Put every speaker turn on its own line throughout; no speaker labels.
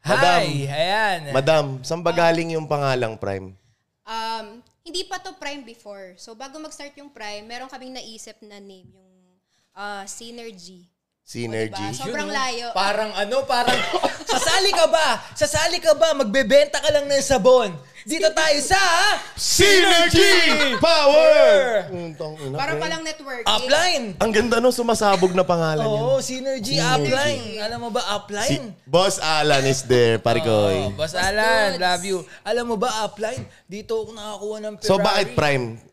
Madam.
Hi! Ayan.
Madam, saan ba galing yung pangalang Prime?
Um, hindi pa to prime before. So bago mag-start yung prime, meron kaming naisip na name, yung uh, Synergy.
Synergy.
So- Sobrang
oh.
layo.
Parang ano, parang sasali ka ba? Sasali ka ba? Magbebenta ka lang ng sabon. Dito tayo sa
Synergy Power! Mm, tong ina,
Parang
Prime.
palang networking.
Upline.
Ang ganda no, sumasabog na pangalan yun.
Oo, synergy, upline. Alam mo ba,
Si
upline?
Boss Alan is there,
Oh,
parikoy.
Boss Alan,
dudes.
love you. Alam mo ba, upline? Dito ako nakakuha ng Ferrari.
so bakit Prime?
Um,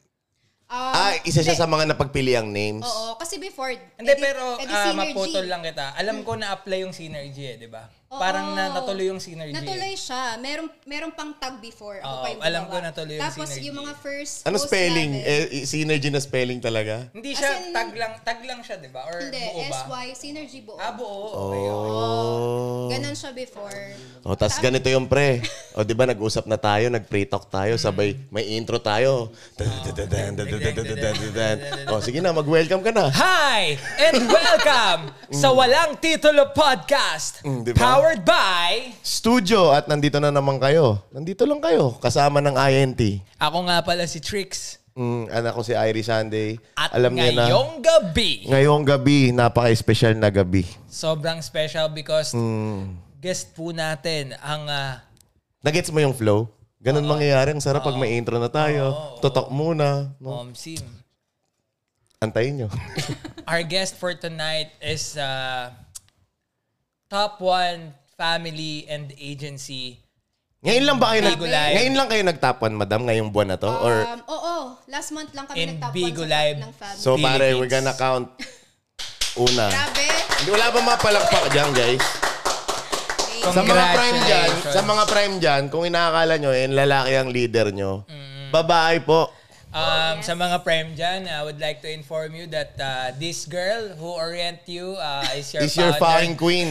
Ah, isa siya sa mga napagpiliang names.
Oo, kasi before,
Hindi,
edi-
pero
edi
ah,
Synergy.
maputol lang kita. Alam ko na-apply yung synergy eh, di ba?
Oo.
Parang na natuloy yung synergy. eh.
Natuloy siya. Meron, meron pang tag before. Ako
Oo,
pa yung
alam
gumawa.
ko natuloy yung
Tapos
Synergy.
yung mga first
Ano
post
spelling?
namin,
Eh, synergy na spelling talaga?
Hindi siya,
As in-
tag lang, tag lang siya, di ba? Or
Hindi,
buo ba?
SY, Synergy buo.
Ah, buo. Okay, okay.
Oh.
Ganon siya before.
O, tas ganito yung pre. O, di ba, nag-usap na tayo, nag-pre talk tayo, sabay, may intro tayo. O, sige na, mag-welcome ka na.
Hi and welcome sa Walang Titulo Podcast
Mm, di ba?
powered by
Studio, at nandito na naman kayo. Nandito lang kayo, kasama ng INT.
Ako nga pala si Trix
Mm, anak ko si Irie Sunday.
at
Alam niya na,
ngayong gabi
ngayong gabi, napaka-special na gabi.
sobrang special because
Mm.
guest po natin ang ah,
Nagets mo yung flow? Ganun mangyayari. Ang sarap pag may intro na tayo. Totok muna. No?
Mom um, Sim.
Antayin nyo.
Our guest for tonight is ah, top one family and agency
ngayon lang ba kayo nag-
Bigo Live.
Ngayon lang kayo nagtapuan, madam? Ngayong buwan na to? Or,
Um, oo, last month lang kami
In
nagtapon
Bigo
sa
Live.
top ng family.
so, pare,
Philippines.
we're gonna count. Una.
Grabe.
Hindi, wala ba mapalakpak dyan, guys? Sa mga prime dyan,
Congratulations.
sa mga prime dyan, kung inaakala nyo, yung lalaki ang leader nyo,
Mm.
babae po.
Um, Sa mga prem dyan, I would like to inform you that uh, this girl who orient you uh, is your
Is your
founder.
fucking queen.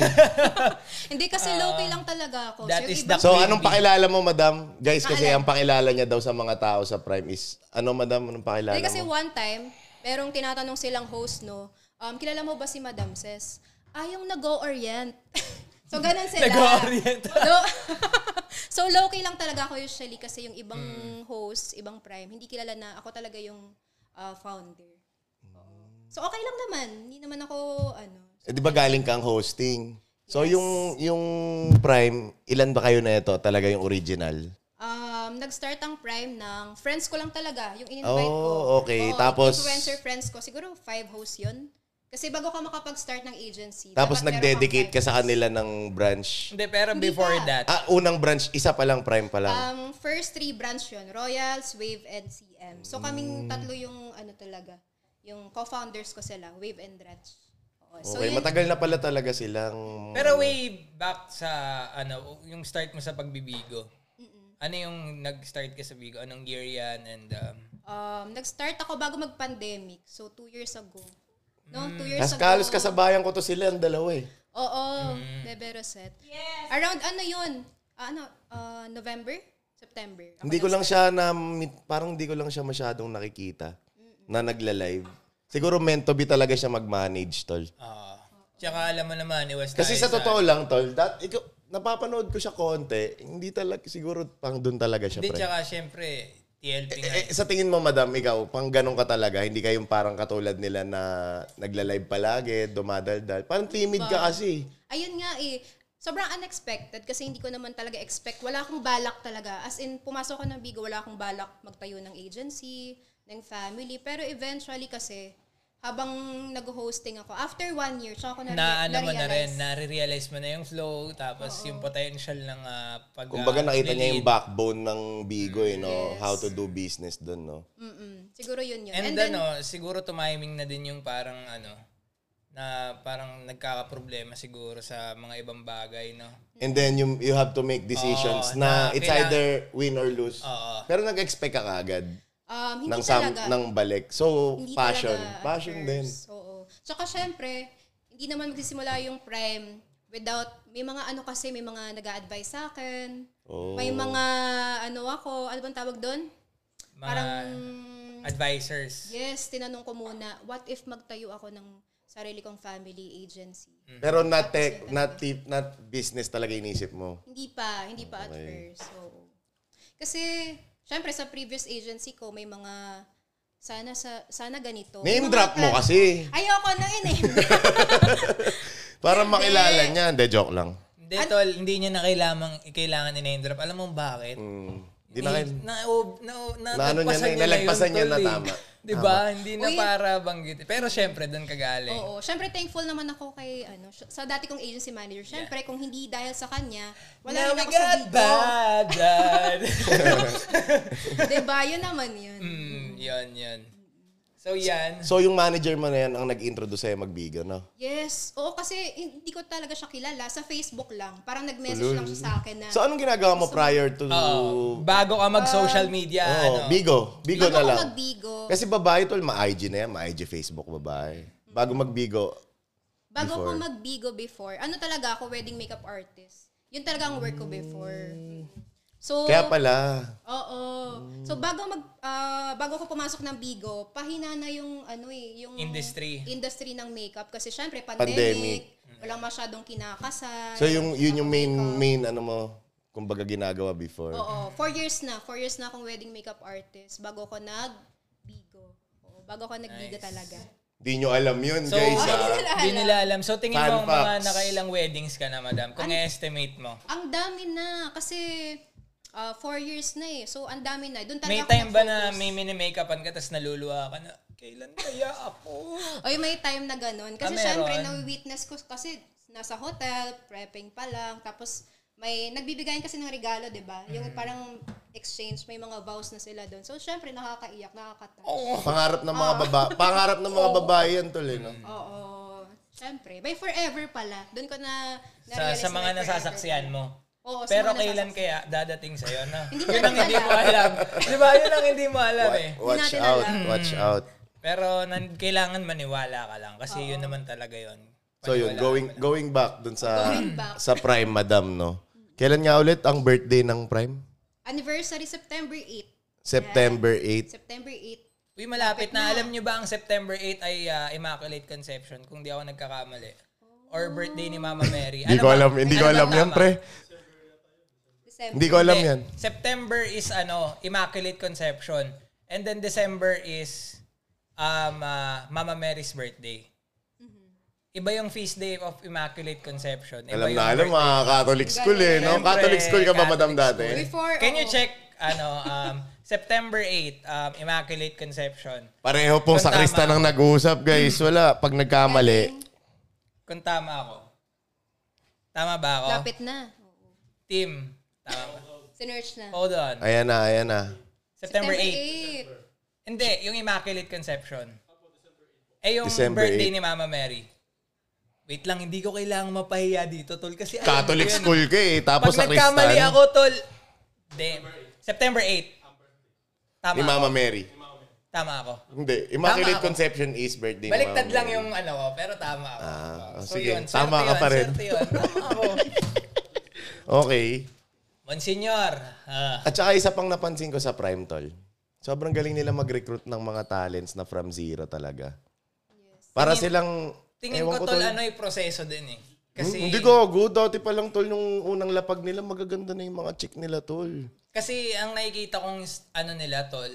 Hindi kasi low-key lang talaga ako.
Ah, that
yung
is
iba-
the-
So,
Queen
anong
bee.
pakilala mo, madam? Guys, kasi
Pakilala.
ang pakilala niya daw sa mga tao sa prime is, ano, madam, anong pakilala
Hindi kasi
mo?
one time, merong tinatanong silang host, no? Um, kilala mo ba si Madam Ses? Ah, yung nag-orient. so, ganun sila.
Nag-orient.
Do- so, low-key lang talaga ako usually kasi yung ibang
Hmm.
host, ibang prime, hindi kilala na ako talaga yung ah, founder.
Hmm.
So, okay lang naman. Hindi naman ako, ano,
Eh, di ba galing kang hosting? So, yung yung prime, ilan ba kayo na ito? Talaga yung original?
um, nag-start ang prime ng friends ko lang talaga, yung in-invite ko.
Oh, okay.
Oo,
Tapos-
Influencer friends ko, siguro five hosts yun. Kasi bago ka makapag-start ng agency,
Tapos
dapat meron kang
nag-dedicate
five
ka sa kanila ng branch.
Hindi, pero
Hindi
before
pa.
that,
Ah, unang branch, isa pa lang, prime pa lang.
Um, first three branch yun. Royals, Wave, and CM.
Mm.
So, kaming tatlo yung ano talaga. Yung co-founders ko sila. Wave and Ranch. Oo. So,
okay,
yun,
matagal na pala talaga silang...
pero way back sa, ano, yung start mo sa pagbibigo. Ano yung nag-start ka sa Bigo? Anong year yan? And, um,
um, nag-start ako bago mag-pandemic. So, two years ago. No? Two years
Nas Mm.
ago.
kalos kasabayan ko to sila, ang dalawa eh.
Oo.
Mm.
Bebe Rosette. Yes. Around ano yun? Ah, ano? ah, November? September. Ako
Hindi ko lang siya na... Parang hindi ko lang siya masyadong nakikita na nagla-live. Siguro meant to be talaga siya mag-manage, tol.
ah, tsaka alam mo naman, iwas
Kasi
tayo
sa totoo lang, tol, that, ikaw, napapanood ko siya konti, hindi talaga, siguro pang doon talaga siya,
Hindi,
pre.
tsaka syempre, TLP nga.
Eh, sa tingin mo, madam, ikaw, pang ganun ka talaga, hindi kayong parang katulad nila na nagla-live palagi, dumadaldal. Parang timid ka kasi.
Ayun nga eh, sobrang unexpected kasi hindi ko naman talaga expect. Wala akong balak talaga. As in, pumasok ako ng Bigo, wala akong balak magtayo ng agency, ng family. Pero eventually kasi, habang nag-hosting ako, after one year, tsaka ako na,
na ano mo na rin,
na-realize.
nare-realize mo na yung flow, tapos yung potential ng ah, pag...
Kumbaga
ah,
nakita niya
nilid.
yung backbone ng Bigo, eh, no? How to do business doon, no?
Mm-mm. Siguro yun yun.
And,
And, then,
ano, siguro tumiming na din yung parang ano, na parang nagkakaproblema siguro sa mga ibang bagay, no?
And then you, you have to make decisions
Oo,
na,
na
it's
kailangan-
either win or lose.
Oo.
Pero nag-expect ka agad
um, hindi
ng, sam,
talaga.
ng balik. So,
Hindi
passion.
talaga at
Passion
first.
din.
Oo. Tsaka syempre, hindi naman magsisimula yung prime without, may mga ano kasi, may mga nag advise sa akin.
Oo.
May mga ano ako, ano bang tawag doon?
Mga
Parang,
advisors.
yes, tinanong ko muna, what if magtayo ako ng sarili kong family agency.
Mm.
Pero not tech, not tip, not business talaga inisip mo.
Hindi pa, hindi pa at
Okay.
first. So, kasi, syempre sa previous agency ko, may mga, sana sa sana ganito.
Name
Mga
drop mo
plat-
kasi.
Ayoko na yun eh.
Para
Hindi.
makilala niya. Hindi, joke lang.
Hindi, tol, hindi niya na kailangan, kailangan i-name drop. Alam mo bakit? Eh,
Mm. Di na kayo.
na, o- na, o- na,
Na ano niya na,
nalagpasan
nalagpasan niya
tol,
na
eh.
tama.
Di ba? Hindi na
Uy.
para banggitin. Pero syempre, doon kagaling.
Oo, syempre thankful naman ako kay, ano, sy- sa dati kong agency manager. Syempre, kung hindi dahil sa kanya, wala
Now
rin
we
ako sa
got
dito.
bad dad.
diba? Yun naman yun.
mm, yun, yun. So, yan.
So, yung manager mo na yan ang nag-introduce sa'yo mag-vegan, no?
Yes. Oo, kasi hindi ko talaga siya kilala. Sa Facebook lang. Parang nag-message lang siya sa akin na,
So, ano, anong ginagawa mo prior to...
Oo, bago ka
Um,
mag-social media,
Oh,
ano.
Bigo. Bigo na
"Bago ako
lang.
magbigo,
Kasi babae tol, ma-IG na yan. Ma-IG Facebook babae. Bago magbigo,
bago ako
before.
magbigo before, ano talaga ako, wedding makeup artist. Yun talaga ang work ko before. So,
kaya pala.
Oo. So bago mag ah, bago ko pumasok ng Bigo, pahina na yung ano eh, yung
Industry.
industry ng makeup kasi syempre pandemic,
Pandemic.
walang masyadong kinakasal.
So, yung, yun yung main, main ano mo, kumbaga ginagawa before.
Oo, four years na. Four years na akong wedding makeup artist bago ko nag Bigo. Oo, bago ko nag Bigo talaga.
Di nyo alam yun,
So,
guys. ah.
Hindi nila
Hindi
alam.
nila alam. So, tingin
Fun
mo ang mga
facts.
nakailang weddings ka na, madam. Kung estimate mo.
Ang dami na kasi ah, four years na eh. So ang dami na. Doon talaga
May
ako
time ba na
nag-focus.
may mini-makeupan ka tapos naluluha ka na, kailan kaya ako?
Oy, may time na ganun.
Ah,
Kasi
meron?
syempre, nawi-witness ko kasi nasa hotel, prepping pa lang, tapos may nagbibigayan kasi ng regalo, 'di ba?
Mm.
Yung parang exchange, may mga vows na sila doon. So syempre nakakaiyak, nakakatawa.
Pangarap ng mga
Ah.
babae. Pangarap ng mga babae yan tol, eh, no?
Oo. Syempre, by forever pala. Doon ko na
Sa,
na-realize
sa mga
na by forever
nasasaksiyan
pala.
mo.
Oo, sa
Pero
mga
kailan
nasasaksiyan.
kaya dadating sa'yo, no?
Hindi
Yun
natin
ang hindi mo
alam.
alam. Di ba? Yun ang hindi mo alam eh.
Watch
natin
out,
alam. Hmm.
watch out.
Pero nan- kailangan maniwala ka lang kasi yun naman talaga yun.
So yun,
Paniwala
going
ka lang.
going back dun sa
Going back.
sa Prime Madam, no? Kailan nga ulit ang birthday ng Prime?
Anniversary September 8.
September 8.
September 8.
Uy, malapit na. Alam nyo ba ang September 8 ay ah, Immaculate Conception kung di ako nagkakamali? Or birthday ni Mama Mary.
Hindi ko
ba-
alam, hindi ko
ano ba
alam yan,
tama?
pre.
December.
Hindi ko alam
Hindi.
yan.
September is ano, Immaculate Conception. And then December is um, ah, Mama Mary's birthday.
Mm-hmm.
Iba yung feast day of Immaculate Conception. Iba
Alam na
yung
alam,
birthday.
mga Catholic school eh, no?
Siyempre,
Catholic school ka ba,
Catholic
Madam, dati?
school.
Before, oh.
Can you
oo.
check ano um, September 8 um, Immaculate Conception?
Pareho pong
Kung
sa Krista
tama.
nang nag-uusap, guys. Wala, pag nagkamali.
Kung tama ako. Tama ba ako?
Lapit na. Oo.
Team. Tama ba?
Sinerch na.
Hold on.
Ayan na, ayan na.
September 8.
8.
Hindi, yung Immaculate Conception. Eh, yung
December 8.
birthday ni Mama Mary. Wait lang, hindi ko kailangang mapahiya dito, tol. Kasi alam
Catholic
ko yun.
school ka eh,
Pag
tapos sa Krista.
nagkamali ako, tol. Hindi. September 8. Tama.
Ni Mama Mary.
Tama ako.
Hindi, Immaculate
Tama ako.
Conception is birthday ni
Baliktad
Mama
lang
Mary.
yung ano ko, pero tama ako.
Ah,
Oo.
oh, sige.
swerte
Tama ka pa rin.
swerte yun. Tama ako.
Okay.
Monsignor. Ah.
At saka isa pang napansin ko sa Prime Tol, sobrang galing nila mag-recruit ng mga talents na from zero talaga. Para silang,
tingin
ewan
ko, tol, ano yung proseso din eh. Kasi,
Hindi ko, go. Dati pa lang, Tol, nung unang lapag nila, magaganda na yung mga chick nila, Tol.
Kasi ang nakikita kong s- ano nila, tol,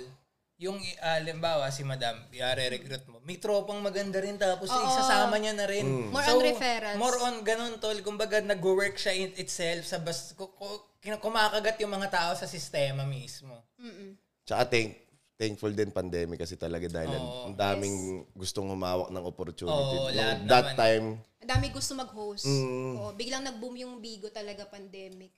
yung ah, halimbawa si Madam, i-recruit mo. May tropang maganda rin tapos isasama niya na rin.
Mm.
More on referrals.
More on ganun tol, kumbaga nag-work siya in itself sa bas ku- ku- kin- kumakagat yung mga tao sa sistema mismo.
Tsaka thank, thankful din pandemic kasi talaga dahil ang- ang daming gustong humawak ng opportunity.
Oo,
Nung
lahat
that
naman.
time,
Ang dami gusto mag-host.
Mm.
Oo, biglang nag-boom yung Bigo talaga pandemic.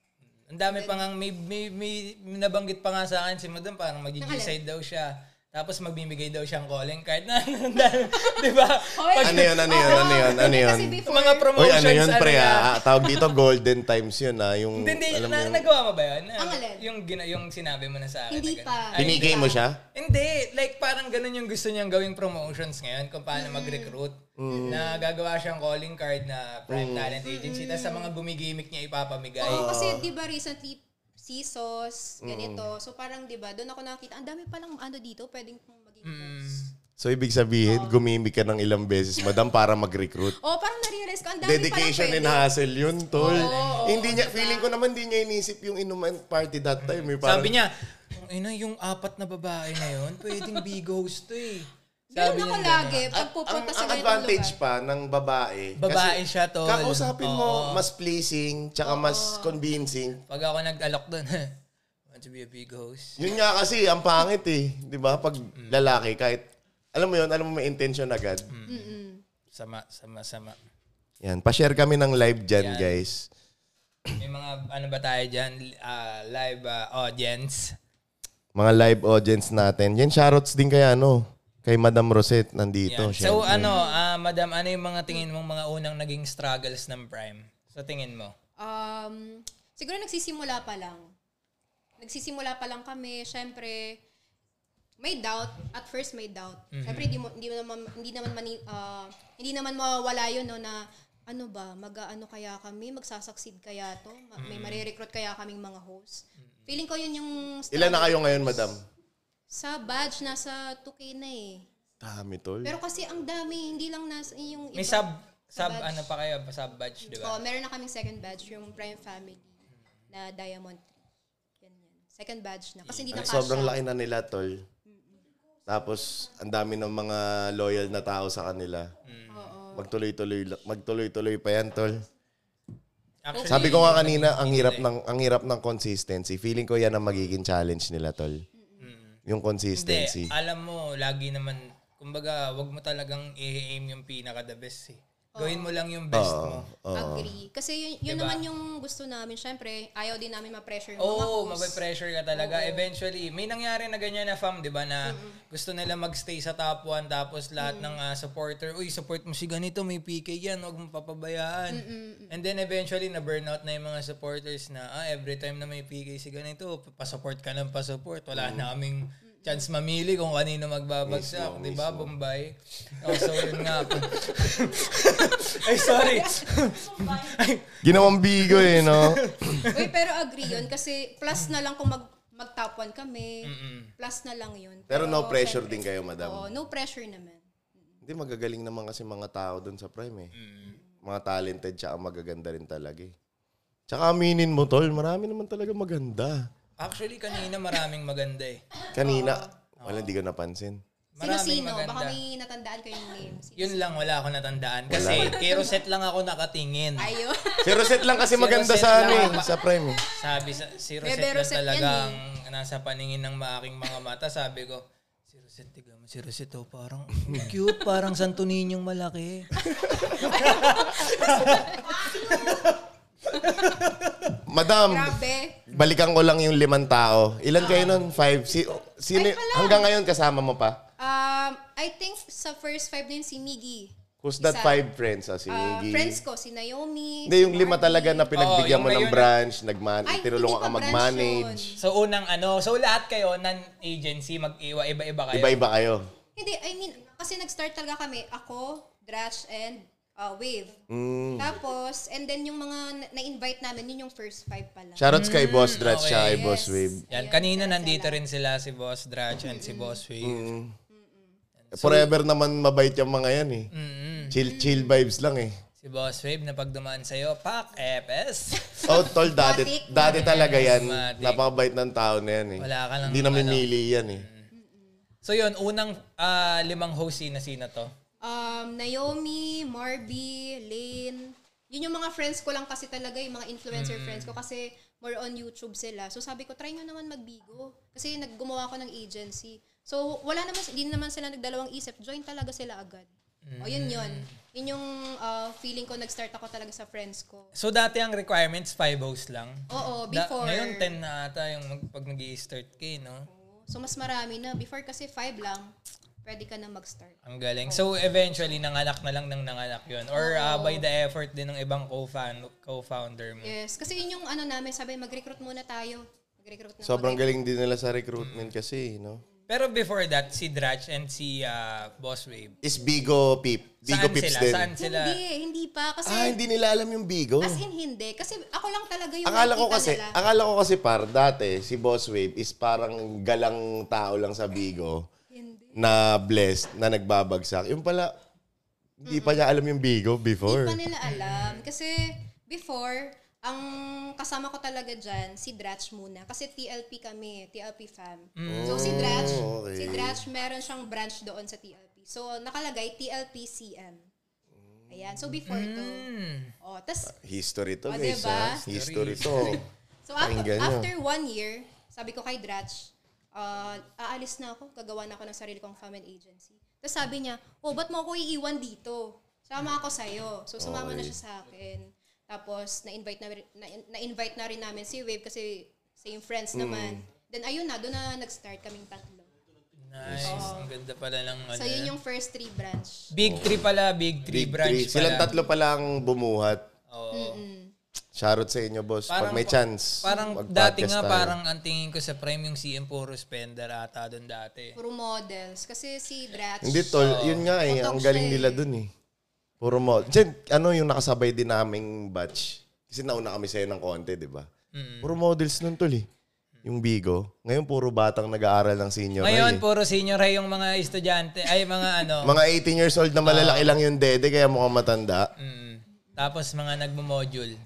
Ang dami pa nga, may, may, may, may nabanggit pa nga sa akin si Madam, parang mag-decide daw siya. Tapos magbibigay daw siyang calling card na, di ba? Pag-
ano yun, ano yun,
Oo.
ano yun, ano yun?
Kasi
sa
before,
mga
Uy,
promotions,
ano yun, pre,
na-
ah, tawag dito, golden times yun, ah. Yung,
Hindi, hindi.
alam mo
Na,
yung,
nagawa mo ba yun? Ano,
Ang alin?
Yung, gina, yung sinabi mo na sa akin.
Hindi
na ganun.
pa.
Ay, hindi.
binigay mo siya?
Hindi. Like, parang ganun yung gusto niyang gawing promotions ngayon kung paano
Mm.
mag-recruit.
Mm.
Na gagawa siyang calling card na prime talent agency. Tapos sa mga bumigimik niya ipapamigay.
Oo, kasi di ba recently,
Mm.
CSOS, ganito. So parang di ba, doon ako nakita, ang dami palang ano dito, pwedeng pong maging host.
So, ibig sabihin, gumimik ka ng ilang beses, madam, para mag-recruit.
Oh, parang nare-realize ko, ang dami
Dedication
palang
and
pwede.
hassle yun, tol.
Oo,
hindi niya,
diba?
feeling ko naman hindi niya inisip yung inuman party that time. Eh, parang,
Sabi niya, "Ang ina, yung apat na babae na yun, pwedeng big host to eh.
Ganun
niya
ako lagi, pag
ang,
pupunta sa
ang
ganitong
advantage
lugar.
pa ng babae.
Babae siya, tol.
Kakausapin mo,
Oo.
mas pleasing, tsaka mas convincing.
Oh, Pag ako nag-alok doon, want to be a big host?
Yun nga kasi, ang pangit eh. Di ba? Pag lalaki, kahit, alam mo yun, alam mo may intention agad.
Sama, sama, sama.
Yan, pa-share kami ng live dyan,
Yan.
guys.
May mga ano ba tayo dyan? Ah, live ah, audience.
Mga live audience natin. Yan, shoutouts din kay ano, kay Madam Rosette nandito.
Yan.
syempre.
So ano, ah, madam, ano yung mga tingin mong mga unang naging struggles ng Prime? Sa tingin mo?
Um, siguro nagsisimula pa lang. Nagsisimula pa lang kami, syempre, may doubt. At first, may doubt.
Mhm.
Siyempre, hindi, mo, hindi, mo naman, hindi naman, mani, ah, hindi naman mawawala yun, no, na ano ba, mag-ano kaya kami, magsasucceed kaya to, Ma- may
Mhm.
marirecruit kaya kaming mga hosts. Feeling ko yun yung...
Ilan na kayo ngayon, Madam?
Sa badge, nasa 2K na eh.
Dami, tol.
Pero kasi ang dami, hindi lang nasa yung
May
iba.
sub, sub
Sa badge.
ano pa kayo? Sub batch, di
Oo,
ba?
meron na kaming second badge, yung Prime Family na Diamond Tree. Ganyan. Second badge na. Kasi hindi na
Ang
cash
sobrang
out.
laki na nila, tol. Tapos, ang dami ng mga loyal na tao sa kanila.
Mm.
Magtuloy-tuloy, la- magtuloy-tuloy pa yan, tol.
Actually,
Sabi ko nga kanina, ang hirap ng ang hirap ng consistency. Feeling ko 'yan ang magiging challenge nila, tol. Yung
mm, Hindi,
consistency.
alam mo, lagi naman, kumbaga, wag mo talagang i-aim yung pinaka-the best eh. Gawin
Oh.
mo lang yung best mo. Ah.
Agree. Kasi yun,
Diba?
yun naman yung gusto namin. Syempre, ayaw din namin ma-pressure yung mga
Oo, oh,
hosts.
pressure ka talaga. Eventually, may nangyari na ganyan na fam, di ba, na gusto nila magstay sa top 1 tapos lahat ng ah, supporter, uy, support mo si ganito, may PK yan, huwag mo papabayaan. And then eventually, na-burnout na yung mga supporters na, ah, every time na may PK si ganito, pasupport ka ng pasupport. Wala na kaming chance mamili kung kanino magbabagsak, di ba, Bombay? Oh, so, yun nga. Ay, sorry. Ay,
Ginawang bigo eh, no?
Uy, pero agree yun. Kasi plus na lang kung mag, mag-top 1 kami. Plus na lang yun.
Pero no pressure din kayo, madam.
Oo, no pressure naman.
Hindi, magagaling naman kasi mga tao doon sa Prime eh.
Mm.
Mga talented tsaka magaganda rin talaga eh. Tsaka aminin mo, tol, marami naman talaga maganda.
actually, kanina maraming maganda eh.
Kanina,
Ah.
wala, hindi ko napansin.
Maraming
Sino-sino?
maganda.
Baka may natandaan kayong names.
Yun lang, wala akong natandaan. Kasi kay Rosette lang ako nakatingin.
Ayun.
Si Rosette lang kasi
Si
maganda
Rosette
sa ano
lang.
eh, sa Prime eh.
Sabi sa, si
Bebe
Rosette lang
Rosette yan
talagang nasa paningin ng mga aking mga mata. Sabi ko, si Rosette, tiga mo si Rosette, oh, parang ang cute, parang Santo Niñong malaki.
Madam,
Grabe.
balikan ko lang yung limang tao. Ilan
Ah.
kayo nun? Five? Si, sino, hanggang ngayon kasama mo pa?
Um, I think sa first five din si Miggy.
Who's that
Isa.
five friends? Ah, si
Ah,
Miggy.
friends ko, si Naomi.
Hindi, yung lima talaga na pinagbigyan
Oo,
mo
Oh,
ng
yung ngayon-
branch, nagman
Ay,
tinulungan
hindi
ka
pa branch
mag-manage.
So unang ano, so lahat kayo, non-agency, mag-iwa, iba-iba kayo.
Iba-iba kayo.
Hindi, I mean, kasi nag-start talaga kami, ako, Drash, and uh, Wave.
Mm.
Tapos, and then yung mga na- na-invite namin, yun yung first five pala.
Shoutouts kay Boss Drat
okay.
siya kay
Mm, Yes.
Boss Wave.
Yan, kanina nandito rin sila si Boss Drach and si Boss Wave.
Forever naman mabait yung mga yan eh.
Mm.
Chill-chill vibes lang eh.
Si Boss Wave na pagdumaan sa'yo, pak, epes.
Oh, tol, dati,
Matik.
dati talaga yan.
Matik.
Napakabait ng tao na yan eh.
Wala ka lang- Mm.
Hindi namin mili yan eh.
So yun, unang ah, limang host na sino to?
Um, Naomi, Marby, Lane. Yun yung mga friends ko lang kasi talaga, yung mga influencer
Mm.
friends ko kasi more on YouTube sila. So sabi ko, try nyo naman magbigo. Kasi naggumawa ako ng agency. So wala naman, hindi naman sila nagdalawang isip. Join talaga sila agad. O yun yun.
Mm.
Yun yung ah, feeling ko, nag-start ako talaga sa friends ko.
So dati ang requirements, 5 hosts lang.
Oo,
Da-
before.
ngayon, 10 na ata yung mag- pag nag start ka, eh, no?
So mas marami na. Before kasi five lang, pwede ka na mag-start.
Ang galing. So eventually, nanganak na lang ng nanganak yun. Or ah, by the effort din ng ibang co-fan, co-founder mo.
Yes, kasi yun yung ano namin, sabi mag-recruit muna tayo. Mag-recruit na
Sobrang galing din nila sa recruitment
Mm.
kasi, no?
Pero before that, si Dratch and si ah, Boss Wave,
Is Bigo Pip. Bigo
saan
Pips
sila?
din.
Saan sila?
Hindi, hindi pa. Kasi,
Ah, hindi nila alam yung Bigo.
as in hindi. Kasi ako lang talaga yung
Akala ko
nakita
kasi,
nila.
akala ko kasi par, dati si Boss Wave is parang galang tao lang sa Bigo.
Hindi.
na blessed, na nagbabagsak. Yung pala, hindi pa niya alam yung bigo before.
Hindi pa nila alam. Kasi before, ang kasama ko talaga dyan, si Dratch muna. Kasi TLP kami, TLP fam. So si Dratch,
okay.
si Dratch meron siyang branch doon sa TLP. So nakalagay TLP CM. Ayan, so before to.
Mm. Hmm.
Oh, tas,
History to,
O,
guys.
diba?
ha? History to.
so after,
Pakinggan niyo.
after one year, sabi ko kay Dratch, ah, aalis na ako, gagawa na ako ng sarili kong fam and agency. Tapos sabi niya, oh, ba't mo ako iiwan dito? Sama ako sa'yo. So sumama na
Okay.
siya sa akin. Tapos na-invite na, na, na-invite na rin namin si Wave kasi same friends
Hmm.
naman. Then ayun na, doon na nag-start kaming tatlo.
Nice. Ang ganda pala ng ano.
So yun yung first three branch.
Big three pala, big
Big
three
three.
branch pala.
Silang tatlo pa lang bumuhat.
Oo.
Shoutout sa inyo, boss. Pag
Parang
may
pa-
chance,
Parang
mag-podcast
dati nga,
tayo.
parang ang tingin ko sa Prime yung CM Puro Spender ata doon dati.
Puro models. Kasi si Dratch,
Hindi, tol. Yun nga eh.
Utak
Ang galing
siya eh.
nila dun eh. Puro mo. Diyan, ano yung nakasabay din naming batch? Kasi nauna kami sa'yo ng konti, di ba?
Mm.
Puro models nun, tol eh. Yung Bigo. Ngayon, puro batang nag-aaral ng senior.
Ngayon,
high, eh.
puro senior high yung mga estudyante. Ay, mga ano.
Mga 18 years old na malalaki
Ah.
lang yung dede, kaya mukhang matanda.
Mm. Tapos mga nagmo-module.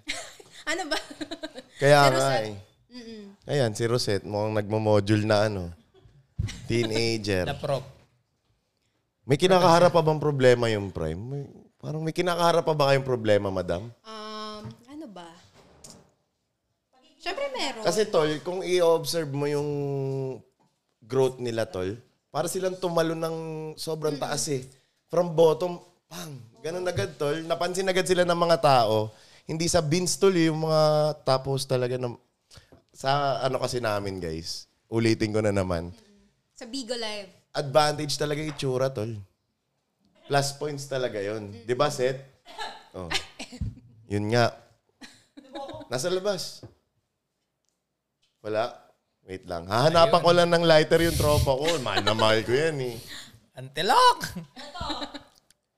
ano ba?
Kaya nga
Pero sa-
eh.
Mm-mm.
Ayan, si Rosette, mukhang nagmo-module na ano. Teenager.
Na prop.
May kinakaharap pa bang problema yung Prime? May- parang may kinakaharap pa ba kayong problema, madam?
Um, ano ba? Siyempre meron.
Kasi tol, kung i-observe mo yung growth nila tol, para silang tumalo ng sobrang taas eh. From bottom, pang, ganun agad tol. Napansin agad sila ng mga tao. Hindi sa bins tol eh, yung mga tapos talaga ng... Sa ano kasi namin guys, ulitin ko na naman.
sa Bigo Live.
Advantage talaga yung itsura tol. Plus points talaga yun. Di ba Seth? Oh. Yun nga. Nasa labas. Wala. Wait lang. Hahanapan ko lang ng lighter yung tropa ko. Mahal na mahal ko yan eh.
Antilok!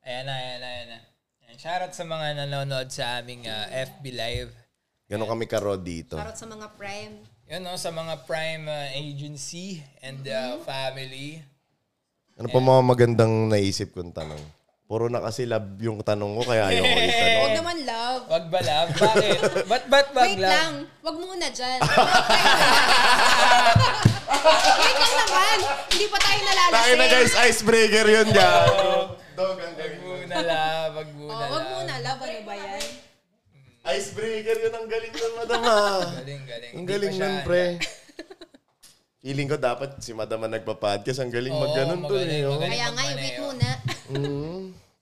ayan na, ayan na, ayan na. Ayan, Shoutout sa mga nanonood sa aming ah, FB Live.
Ganon kami karod dito.
Parot sa mga prime.
Yun, no, sa mga Prime ah, Agency and ah,
Mm-hmm.
Family.
Ano pa mga magandang naisip kong tanong? Puro na kasi love yung tanong ko kaya ayaw ko
Huwag
itanong.
naman love.
Wag ba love? Bakit? Ba't ba't wag
Wait
love?
lang. Wag muna dyan. Wait lang naman. Hindi pa tayo nalalasing.
Tayo na guys, icebreaker yun gago. Dog ang galing.
Muna love, wag muna
Oh, wag
love.
muna love. Ano ba yan?
Icebreaker yun ang galing nun, madam ah.
Galing, galing.
Ang
Hindi
galing
pa siya,
nun, pre. Feeling ko dapat si madam ang nagpa-podcast. Ang galing
ano. Oo,
magganon to
magaling,
eh. oh.
magaling.
Kaya nga,
magpaneo.
wait muna.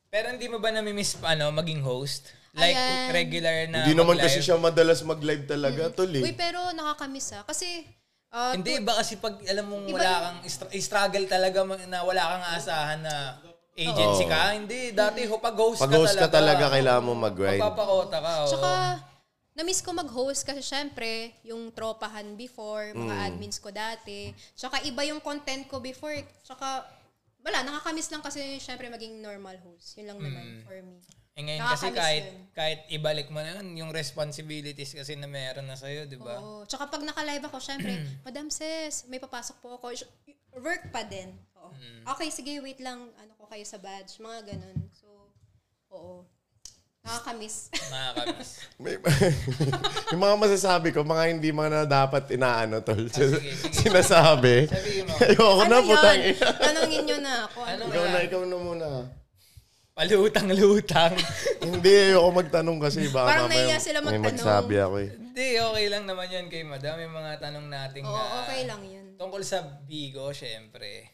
Pero hindi mo ba namimiss pa, ano, maging host? Like,
Ayan.
regular na
Hindi naman
mag-live? Mm.
kasi siya madalas mag-live talaga, tol eh.
Uy, pero nakakamiss ah. Kasi, ah,
Hindi,
tu-
iba kasi pag alam mong
Iba
wala
yung-
kang, istra- struggle talaga ma- na wala kang aasahan na agency ka. Hindi, dati ho, pag host
Pag host ka talaga, kailangan mo mag-grind.
Magpapakota ka. oo.
Tsaka, na-miss ko mag-host kasi syempre, yung tropahan before, mga admins ko dati. Tsaka iba yung content ko before. Tsaka, wala, nakakamiss lang kasi syempre maging normal host. Yun lang naman for me.
Eh, ngayon kasi
Nakakamiss
kahit,
yun.
kahit ibalik mo na yun, yung responsibilities kasi na meron na sa'yo, di ba?
Oo. Tsaka pag naka-live ako, syempre, Madam Sis, may papasok po ako. Sh- Work pa din. Oo. Okay, sige, wait lang. Ano ko kayo sa badge? Mga ganun. So, oo. Nakakamiss.
Nakakamiss.
May, yung mga masasabi ko, mga hindi mga na dapat inaano, tol. Sinasabi.
Ah, Sabihin mo,
Ayoko na,
Ano yun?
putang ina.
Tanungin nyo na ako. Ano?
ano
Ikaw na,
yan?
ikaw na muna.
Palutang-lutang.
Hindi, ayoko magtanong kasi. Baka
Parang
mamaya
nahiya sila
May
magtanong.
magsabi ako eh.
Hindi, okay lang naman yan kay madam. May mga tanong natin
Oo,
na
okay lang yun.
tungkol sa Bigo, syempre.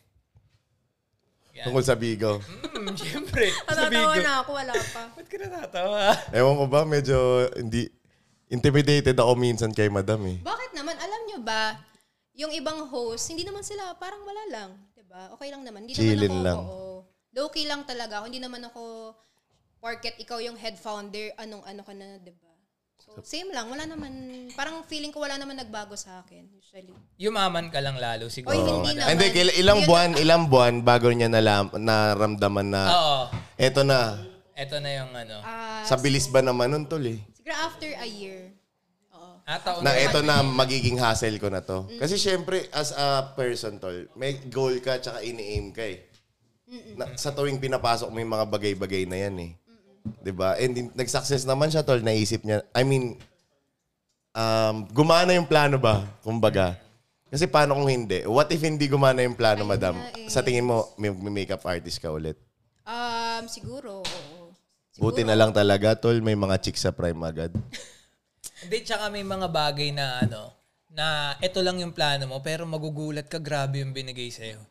Yan.
Tungkol sa Bigo.
Mm, syempre. sa
Natatawa
Bigo.
na ako, wala pa.
Ba't ka natatawa?
Ewan ko ba, medyo hindi... Intimidated ako minsan kay madam eh.
Bakit naman? Alam nyo ba, yung ibang host, hindi naman sila, parang wala lang. 'Di ba? Okay lang naman. Hindi
Chillin
naman ako,
lang.
oo. Low-key lang talaga ako. Hindi naman ako, porket ikaw yung head founder, anong ano ka na, 'di ba? So, same lang. Wala naman, parang feeling ko wala naman nagbago sa akin, usually.
Yumaman ka lang lalo siguro.
Oy,
Oo.
hindi naman.
Hindi, kail- ilang
Yun-
buwan, ilang buwan bago niya nalam, naramdaman na,
Oo.
eto na,
Eto na yung ano.
Oh. Ah,
sa bilis ba naman nun tol eh.
siguro after a year. Oo.
Ah, taon
na
na.
ito na magiging hassle ko na to. Kasi syempre, as a person, tol, may goal ka tsaka ini-aim ka eh. Na, sa tuwing pinapasok mo yung mga bagay-bagay na yan eh. 'Di ba? And in- nag-success naman siya, tol. Naisip niya, I mean, um, gumana yung plano ba? Kumbaga. Kasi paano kung hindi? What if hindi gumana yung plano, madam?
nga eh.
Sa tingin mo, may may makeup artist ka ulit.
Um, siguro, oo.
Buti na lang talaga, tol. May mga chicks sa prime agad.
Hindi, tsaka may mga bagay na ano, na ito lang yung plano mo, pero magugulat ka, grabe yung binigay sa'yo.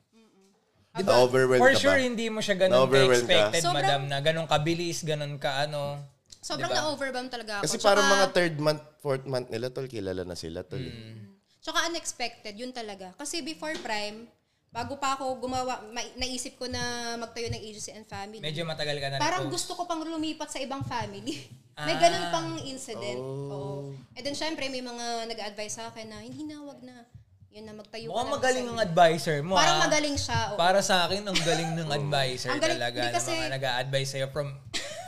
Na-overwhelm
For
ka
sure,
ba?
hindi mo siya ganun
Na-overwhelm ka?
ka-expected,
Sobrang-
madam, na ganun kabilis, ganun ka ano.
Sobrang na-overwhelm talaga
Diba?
ako.
Kasi
Tsaka-
parang mga third month, fourth month nila, tol, kilala na sila, tol. eh.
Tsaka unexpected, yun talaga. Kasi before Prime, bago pa ako gumawa, ma- naisip ko na magtayo ng agency and family.
Medyo matagal ka na
parang
nag-post.
gusto ko pang lumipat sa ibang family.
Ah.
may ganun pang incident.
Oh.
Oo. And then syempre may mga nag-advise sa akin na hindi na, wag na. Yun na magtayo ka
Mukhang
na
magaling
mag-sarili."
ang advisor mo.
Parang
ah.
magaling siya. oo.
Para sa akin, ang galing ng advisor
Ang galing-
talaga.
hindi
ng
kasi-
mga nag-a-advise sa'yo from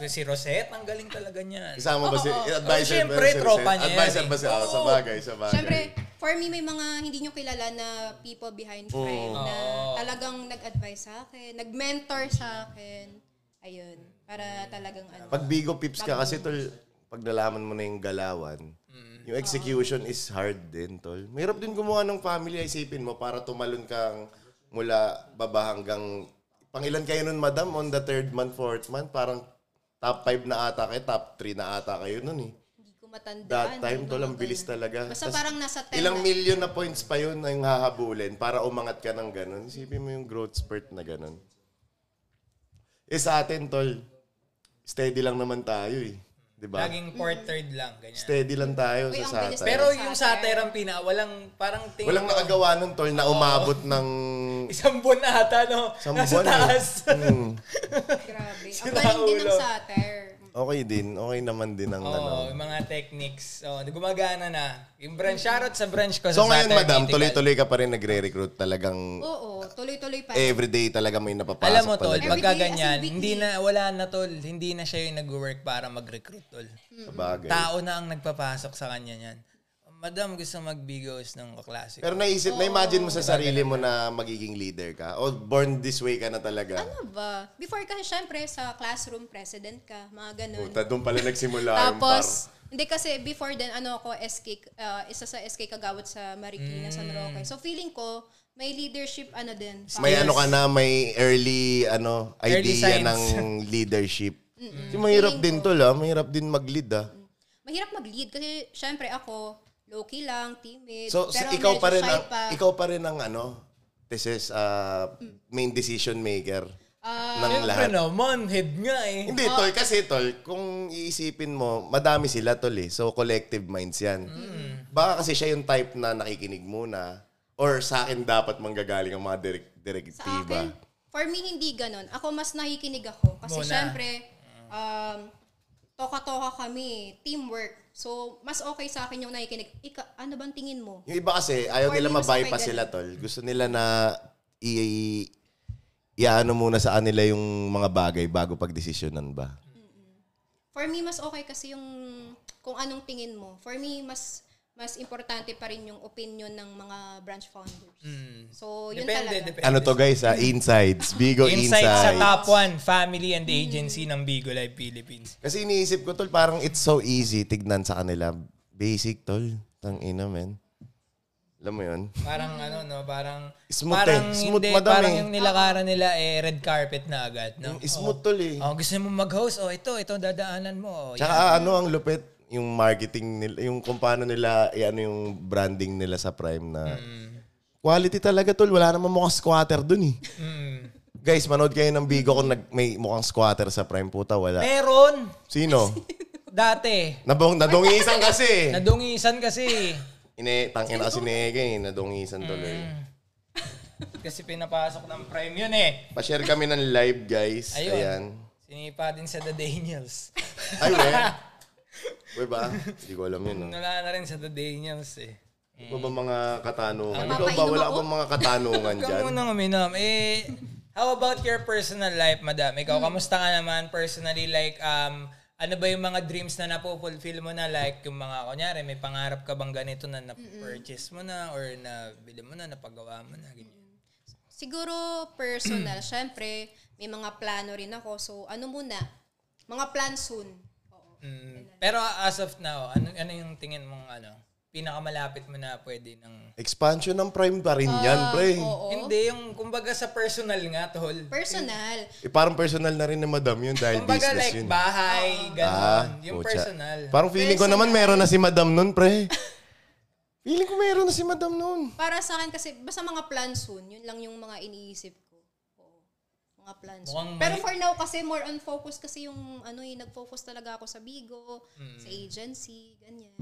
si Rosette, ang galing talaga niyan.
Kasama ba si advisor?
Oh, syempre,
ba si-
tropa niya yan
Advisor
eh.
ba siya? Oh, sa bagay, sa bagay.
Syempre, for me may mga hindi nyo kilala na people behind Prime na talagang nag-advise sa akin, nag-mentor sa akin. Ayun, para talagang ano.
Pag Bigo Pips ka kasi, tol, pag nalaman mo na yung galawan, yung execution is hard din, tol. Mahirap din gumawa ng family, isipin mo, para tumalon kang mula baba hanggang... Pangilan kayo nun, madam, on the third month, fourth month, parang top 5 na ata kayo, top 3 na ata kayo nun eh.
hindi ko matandaan.
That time,
Hindi
tol,
ko
ang bilis
matandaan.
talaga.
Basta
Tas
parang nasa 10
Ilang
na-
million na points pa yun ang hahabulin para umangat ka ng ganun. Isipin mo yung growth spurt na ganun. Eh sa atin, tol, steady lang naman tayo eh. Di ba?
Laging fourth,
Mm.
third lang, ganyan.
Steady lang tayo
Uy, ang
sa
bilis.
satay.
Pero yung satire ang pina, walang, parang tingin
Walang
ko,
nakagawa nun, tol, na umabot ng...
isang buwan na ata, no?
Isang
nasa
buwan eh.
taas.
Mm.
Grabe. Ang
Sira
galing din ng
ulo.
satire.
Okay din. Okay naman din ang
Oo,
ano.
yung mga techniques. Oh, gumagana na. Yung branch,
Mm.
shoutout sa branch ko
So
sa
ngayon,
Satire
madam,
Mythical.
tuloy-tuloy ka pa rin nagre-recruit talagang
Oo, tuloy-tuloy pa.
everyday talaga may napapasok
Alam mo, tol,
talaga.
Every-
pagka
day, as in
ganyan,
weekly.
hindi na, wala na, tol. Hindi na siya yung nag-work para mag-recruit, tol.
Sa bagay.
Tao na ang nagpapasok sa kanya niyan. Madam, gusto mag-bigos ng kaklase.
Pero naisip, na-imagine mo sa sarili mo na magiging leader ka? O born this way ka na talaga?
Ano ba? Before kasi syempre sa classroom president ka, mga ganun.
Puta, doon pala nagsimula yung par.
Tapos, hindi kasi before then, ano ako, SK, uh, isa sa SK kagawad sa Marikina, San Roque. So feeling ko, may leadership ano din.
May ano ka na, may early ano
Early
idea
signs.
ng leadership. Kasi mahirap din to, la. Mahirap din mag-lead, ah.
Mahirap mag-lead kasi syempre ako, low-key lang, timid.
So, sa-
pero
ikaw
medyo
pa rin
shy
ang,
pa. Mm.
ikaw pa rin ang ano, this is ah, main decision maker
Ah,
ng lahat.
Siyempre naman, head nga eh.
Hindi, tol. Kasi, tol, kung iisipin mo, madami sila, tol eh. So, collective minds yan.
Hmm.
Baka kasi siya yung type na nakikinig muna. Or sa akin dapat manggagaling ang mga direk-
Sa akin,
direktiba.
for me, hindi ganun. Ako, mas nakikinig ako. Kasi
Muna.
syempre, um, toka-toka kami, teamwork. So, mas okay sa akin yung nakikinig. Ika, ano bang tingin mo?
Yung iba kasi, ayaw
Or
nila
hindi mas
mabypass
okay
sila, tol. Gusto nila na i- iaano muna sa nila yung mga bagay bago pagdesisyonan ba.
For me, mas okay kasi yung kung anong tingin mo. For me, mas mas importante pa rin yung opinion ng mga branch founders. So, Oh,
Mm. Hmm. Depende,
yun talaga.
depende.
Ano to guys, ah? Insights. Bigo
Insight sa
Insights.
top 1, family and agency ng Bigo Live Philippines.
Kasi iniisip ko, tol, parang it's so easy tignan sa kanila. Basic, tol. Tang ina, man. Alam mo yun?
Parang ano, no? Parang,
Smooth
parang
eh. Smooth,
hindi,
madam
parang
eh.
yung nilakaran nila eh, red carpet na agad, no?
Smooth, tol, eh.
Oh, gusto mo mag-host? Oh, ito, ito ang dadaanan mo. Oh,
Tsaka ano ang lupit, yung marketing nila, yung kung paano nila, eh, ano yung branding nila sa Prime na... Quality talaga, tol. Wala naman mukhang squatter dun, eh.
Mm.
Guys, manood kayo ng Bigo kung nag, may mukhang squatter sa Prime. Puta, wala.
Meron!
Sino?
Dati.
Nabong, nadungisan kasi. eh.
Nadungisan kasi.
Ine, tangin na kasi ni Ege, eh. Nadungisan tuloy.
Kasi pinapasok ng prime yun eh.
Pa-share kami ng live, guys.
Ayun.
Ayan.
Sinipa din sa The Daniels.
Ay, we. We ba? Hindi ko alam yun. No?
Wala na rin sa The Daniels eh.
Ano ba mga katanungan?
Ang
Ikaw ba?
mapainom
Wala
ako?
bang mga katanungan
Ikaw
dyan?
muna uminom. Eh, how about your personal life, madam? Ikaw, kamusta ka naman personally? Like, um, ano ba yung mga dreams na napupulfill mo na? Like yung mga, kunyari, may pangarap ka bang ganito na na-purchase mo na or na-bili mo na, napagawa mo na, ganyan.
Siguro personal, syempre, may mga plano rin ako. So, ano muna? Mga plan soon. Oo.
Mm, Pero as of now, ano, ano yung tingin mong ano, pinakamalapit mo na pwede ng...
Expansion ng prime pa
Ah,
rin yan, pre.
Oo.
Hindi, yung kumbaga sa personal nga, tol.
Personal.
Eh, parang personal na rin ni madam yun dahil
Kumbaga
business
like
yun. Ah,
bahay, gano'n. yung
putya.
personal.
Parang feeling ko naman meron na si madam nun, pre. feeling ko meron na si madam nun.
Para sa akin kasi, basta mga plan soon. Yun lang yung mga iniisip ko. Oo. Mga plan soon.
Mukhang
Pero
may-
for now kasi, more on focus kasi yung, ano eh, nag-focus talaga ako sa Bigo,
Mm.
sa agency, ganyan.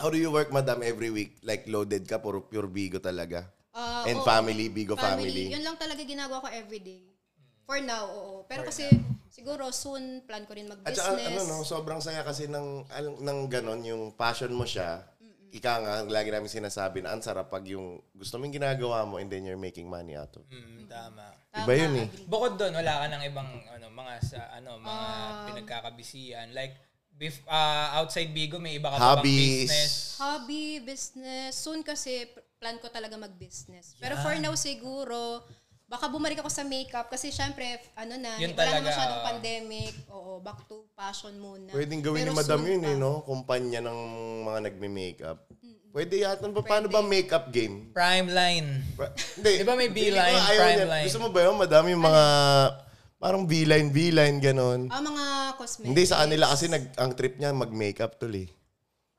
How do you work, madam, every week? Like, loaded ka, puro pure bigo talaga.
Ah,
And
oo.
family, bigo family.
Yun lang talaga ginagawa ko everyday.
Mm.
For now, oo. Pero kasi, siguro soon, plan ko rin
At saka, ano,
mag-business.
no, sobrang saya kasi ng, al- ng ganon, yung passion mo siya. Ika nga, lagi namin sinasabi na ang sarap pag yung gusto mo yung ginagawa mo and then you're making money out of it.
Mm, tama.
Iba yun eh.
agree.
Bukod doon, wala ka ng ibang ano, mga sa ano, mga
Um,
pinagkakabisihan. Like bef- ah, outside Bigo may iba ka pa bang
Hobbies.
business?
Hobby, business. Soon kasi pr- plan ko talaga mag-business. Pero for now siguro, baka bumalik ako sa makeup kasi syempre, f- ano na,
Yun
wala
talaga,
na masyadong
oo.
pandemic. Oo, back to passion muna.
Pwedeng gawin
Pero
ni madam
soon
yun
pa.
eh, no? Kumpanya ng mga nagme-makeup. Pwede yata. Pa, paano ba makeup game?
Prime line.
Pra- Hindi.
Di ba may
Feeling ko
beeline,
ayaw
prime
niya.
line?
Gusto mo ba yun? Madami yung mga parang beeline, beeline, ganon.
Ah, mga cosmetics.
Hindi, sa kanila kasi nag, ang trip niya mag-makeup tuloy.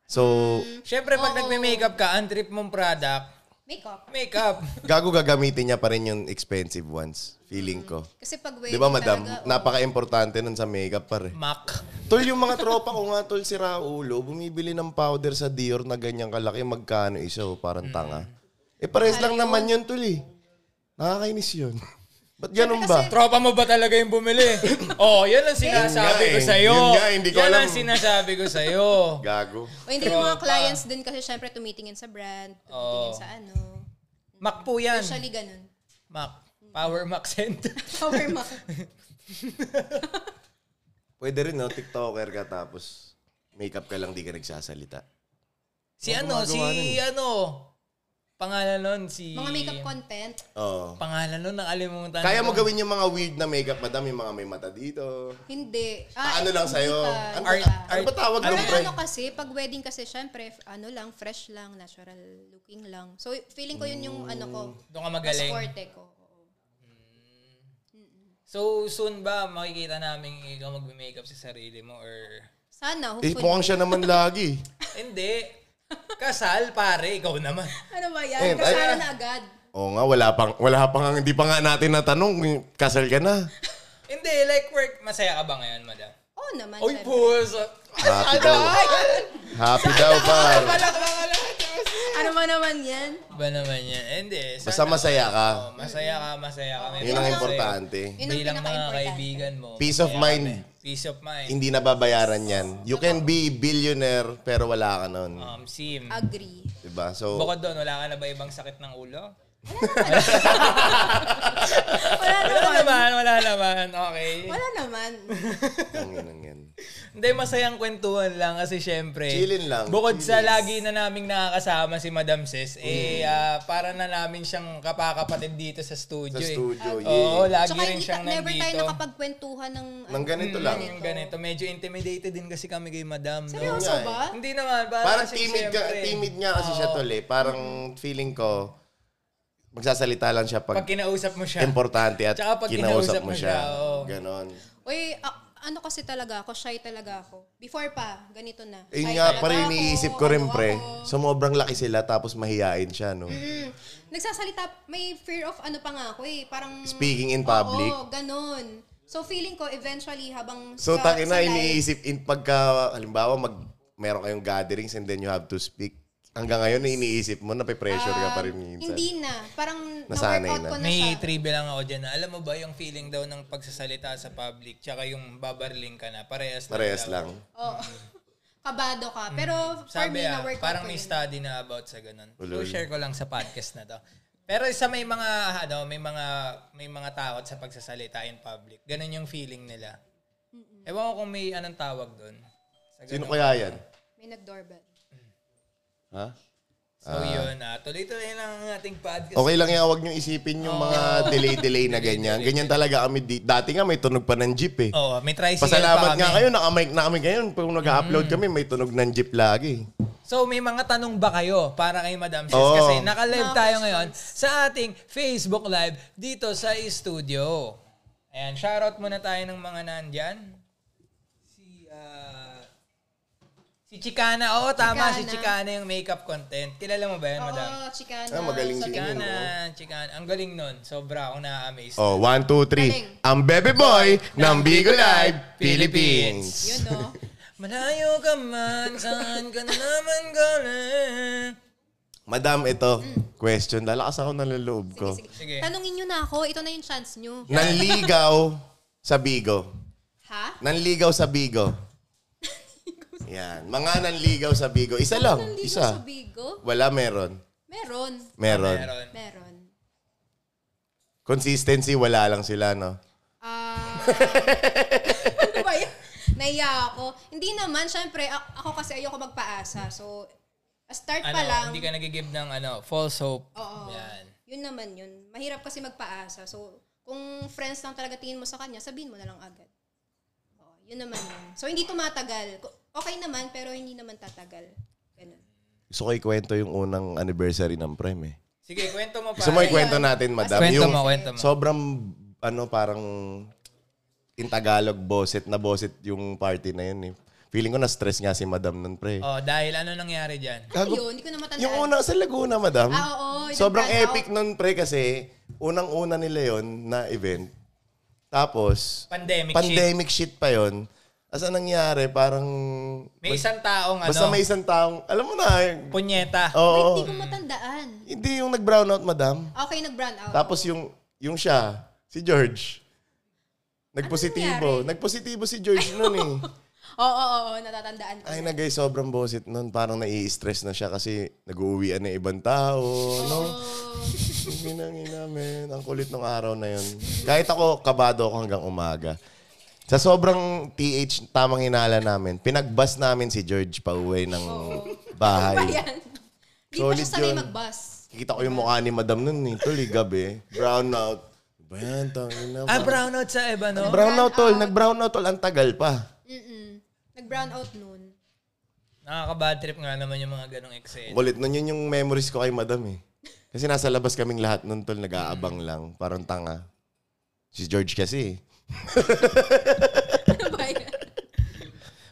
So,
Mm.
Siyempre pag nagme-makeup ka, ang trip mong product,
Makeup.
makeup.
gago gagamitin niya pa rin yung expensive ones. Feeling ko.
Kasi pag
Di ba, madam? Napaka-importante nun sa makeup pa rin.
Mac.
Tol, yung mga tropa ko nga, tol, si Raulo, bumibili ng powder sa Dior na ganyang kalaki, magkano isa, oh, parang tanga. Eh, pares lang naman yun, tol, eh. Nakakainis yun. Ba't ganun ba?
Tropa mo ba talaga yung bumili? oh, yun ang
Yun nga
sinasabi ko
eh.
sa'yo.
Yun nga, hindi ko
Yan
alam.
ang sinasabi ko sa'yo.
Gago.
O hindi yung mga clients din kasi syempre tumitingin sa brand, tumitingin sa ano.
Mac po yan.
Usually ganun.
Mac. Power Mac Center.
Power mo.
Pwede rin, no? TikToker ka tapos makeup ka lang, di ka nagsasalita.
si ano, si ano, pangalan nun, si...
mga makeup content.
Oo.
Pangalan nun, nakalimutan.
Kaya mo
ko.
gawin yung mga weird na makeup, madam, yung mga may mata dito.
Hindi.
Ah,
Ah,
ano lang sa'yo? Ano,
Art-
ano ba tawag
Pero
nun, pre?
ano kasi, pag wedding kasi, syempre, f- ano lang, fresh lang, natural looking lang. So, feeling ko yun yung ano ko,
Hmm.
Doon ka
mas
magaling.
forte ko. Oo.
So, soon ba makikita namin ikaw mag-makeup sa sarili mo or...
Sana,
Eh,
hopefully.
mukhang siya naman lagi.
Hindi. Kasal, pare. Ikaw naman.
Ano ba
Eh,
yan? Kasama
ay-
na agad.
Oo nga, wala pang, wala pang, hindi pa nga natin natanong, kung kasal ka na.
Hindi, like work. Masaya ka ba ngayon, madam?
Oo naman,
Uy,
syempre.
puso.
Happy daw. Happy daw, par.
Ano ba naman yan?
Ba naman yan? Hindi.
Basta
sana-
masaya ka.
Oh, masaya ka, masaya ka.
Yun
May
ang
masaya.
importante.
Yun ang
Bilang mga
pinaka-importante.
kaibigan mo.
Peace of
masaya
mind.
ka, pre. Peace of mind.
Hindi nababayaran yan. You can be billionaire, pero wala ka nun.
Um, sim.
Agree.
Diba? So,
Bukod doon, wala ka na ba ibang sakit ng ulo?
Wala
Wala
naman.
naman, wala naman. Okay.
Wala naman.
tanginan yan.
Hindi, masayang kwentuhan lang kasi syempre.
Chillin lang,
Bukod sa lagi na naming nakakasama si Madam Sis, eh,
Mm.
ah, para na namin siyang kapakapatid dito sa studio.
Sa
eh.
studio,
Oo,
yeah.
lagi
Tsaka
rin
hindi
siyang
ta- never tayo
nandito.
nakapagkwentuhan ng... ano,
Nang ganito lang.
Yung ganito. Medyo intimidated din kasi kami kay Madam. No?
Oo
Seryoso
nga eh.
ba?
Hindi naman. Para
Parang
kasi
timid, ka,
syempre,
timid niya kasi siya tol eh. Parang feeling ko, magsasalita lang siya
Pag
pag
kinausap mo siya.
importante at
Tsaka pag
kinausap
kinausap
mo
mo
siya.
siya, oo.
Ganon.
Uy, a- ano kasi talaga ako, shy talaga ako. Before pa, ganito na.
Yun
Shy
nga,
talaga
parang
ako,
iniisip ko rin
ano
pre.
ako.
Sumobrang laki sila tapos mahihain siya, no?
Mm. Nagsasalita, may fear of ano pa nga ako eh. Parang...
Speaking in public.
Oo, ganun. So feeling ko eventually habang
So,
sa-
tangina,
sa life-
iniisip, in, pagka, halimbawa, mag, meron kayong gatherings and then you have to speak. Hanggang ngayon, iniisip mo, nape-pressure ka pa rin minsan.
um, Ah, Hindi na. Parang
Nasanay na.
na-workout ko na Ano siya.
May trivia lang ako dyan. na, Alam mo ba yung feeling daw ng pagsasalita sa public tsaka yung babarling ka na, parehas lang.
Parehas
daw.
lang.
Oo. Kabado ka. Pero for
Hmm. Sabi
me,
ah,
na-workout
parang
ko
may
yun.
study na about sa ganun. So,
Ulol.
share ko lang sa podcast na to. Pero sa may mga, ano, may mga, may mga takot sa pagsasalita in public. Ganun yung feeling nila. Ewan ko kung may anong tawag doon.
Sino kaya yan?
May nag-doorbell.
Ha?
So yun, ah, tuloy-tuloy lang ang ating podcast.
Okay lang yan, huwag niyong isipin yung mga delay-delay na ganyan. Ganyan talaga kami. di- Dati nga may tunog pa ng jeep eh.
Oo, Oh, may tricycle
Pasalamat
pa kami.
nga kayo, nakamike na kami ngayon. Pag nag-upload
Mm-hmm.
kami, may tunog ng jeep lagi.
So may mga tanong ba kayo para kay Madam Sis?
Oo.
Kasi naka-live
Mga
tayo ngayon sa ating Facebook Live dito sa studio. Ayan, shoutout muna tayo ng mga nandyan. Si, ah, si Chicana. Oo, tama, si Chicana yung makeup content. Kilala mo ba yan, Madam?
Oo, Chicana.
Ah, magaling si Ian.
Chicana, Chicana. Ang galing nun. Sobra, ako na-amaze.
Oh, one, two, three.
Galing.
Ang Bebe Boy ng Bigo Live, Philippines.
Yun, oh. no?
Malayo ka man, saan ka naman galing?
Madam, ito. Question. Lalakas ako ng loob ko.
Mm. Sige.
Sige.
Tanungin nyo na ako. Ito na yung chance nyo.
Nanligaw sa Bigo.
Ha?
Nanligaw sa Bigo. Yan. Mga nanligaw sa Bigo. Isa lang.
Nandito
Isa.
sa Bigo?
Wala, meron.
Meron.
Meron.
Meron.
Meron.
Consistency, wala lang sila, no?
Ah... ano ba yun? Naiya ako. Hindi naman, syempre, a- ako kasi ayoko magpaasa. So, a start
Ano,
pa lang.
hindi ka nagigib ng ano, false hope.
Oo.
Yan.
Yun naman yun. Mahirap kasi magpaasa. So, kung friends lang talaga tingin mo sa kanya, sabihin mo na lang agad. Oo, yun naman yun. So, hindi tumatagal. Ko- Okay naman, pero hindi naman tatagal. Ganun.
Gusto ko ikwento yung unang anniversary ng Prime, eh.
Sige, kwento mo pa.
Gusto mo ikwento natin, madam.
Kwento
yung
mo, kwento mo.
Sobrang, ano, parang in Tagalog, boset na boset yung party na yun, eh. Feeling ko na-stress nga si madam nun, pre.
Oh, dahil ano nangyari diyan?
Ano yun? Hindi ko na matandaan.
Yung una sa Laguna, madam.
Ah, oo, yung
Sobrang
brand
epic nun, pre, kasi unang-una nila yon na event. Tapos,
Pandemic, shit.
pandemic shit, pa yon. As ang nangyari, parang...
May isang taong ano,
Basta may isang taong, alam mo na, eh,
punyeta.
Wait,
oo.
hindi ko matandaan.
Hindi yung nag-brownout, madam.
Okay, nag-brand out.
Tapos yung yung siya, si George. Nagpositibo. Nagpositibo si George noon eh.
Oo, oo, oo, natatandaan ko.
Ay na guys, sobrang bosit noon. Parang nai-stress na siya kasi nag-uuwian na ibang tao. No? Ginangin namin. Ang kulit ng araw na yun. Kahit ako, kabado ako hanggang umaga. Sa sobrang TH, tamang hinala namin, pinagbas namin si George pauwi ng
Ano ba
bahay.
yan? Hindi pa siya
Solid
sanay
yun.
mag-bus.
Kikita ko yung mukha ni madam nun eh. Tuloy gabi. Brownout. Ba yan? Tangin na.
Ah, brownout sa iba, no?
Brownout tol, nag-brownout tol ang tagal pa.
Mm-mm. Nag-brand out noon.
Nakaka-bad trip nga naman yung mga ganong
Ang
exit.
Kulit nun yun yung memories ko kay Madam eh. Kasi nasa labas kaming lahat nun tol, nag-aabang lang, parang tanga. Si George kasi. eh.
Ano ba yan?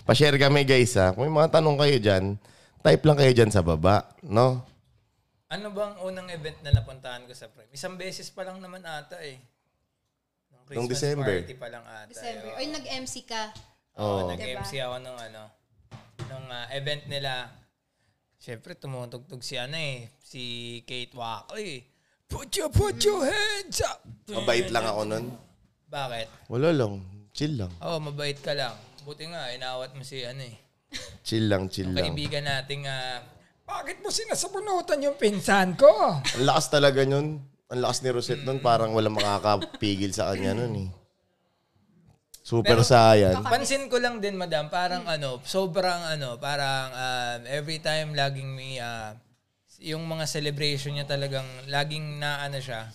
Pa-share kami guys ha. Kung may mga tanong kayo dyan, type lang kayo dyan sa baba, no?
Ano bang unang event na napuntahan ko sa Prime? Isang beses pa lang naman ata eh. Nung Christmas
December. Oh.
party pa lang ata.
December.
eh.
Oy, nag-MC ka.
Oo,
Oo.
nag-MC ako nung ano, nung ah, event nila. Siyempre, tumutugtog si ano eh, si Kate Wako eh. Put your, put your hands up!
Mabait lang ako nun.
Bakit?
Wala lang. Chill lang.
Oo, oh, mabait ka lang. Buti nga, inawat mo si ano eh.
Chill lang, chill lang.
Kaibigan nating, ah, bakit mo sinasabunutan yung pinsan ko?
Ang lakas talaga nun. Ang lakas ni Rosette nun, parang walang makakapigil sa kanya nun eh. Super sayan.
Pansin ko lang din, madam, parang ano, sobrang ano, parang um, every time laging may, ah, yung mga celebration niya talagang laging na ano siya.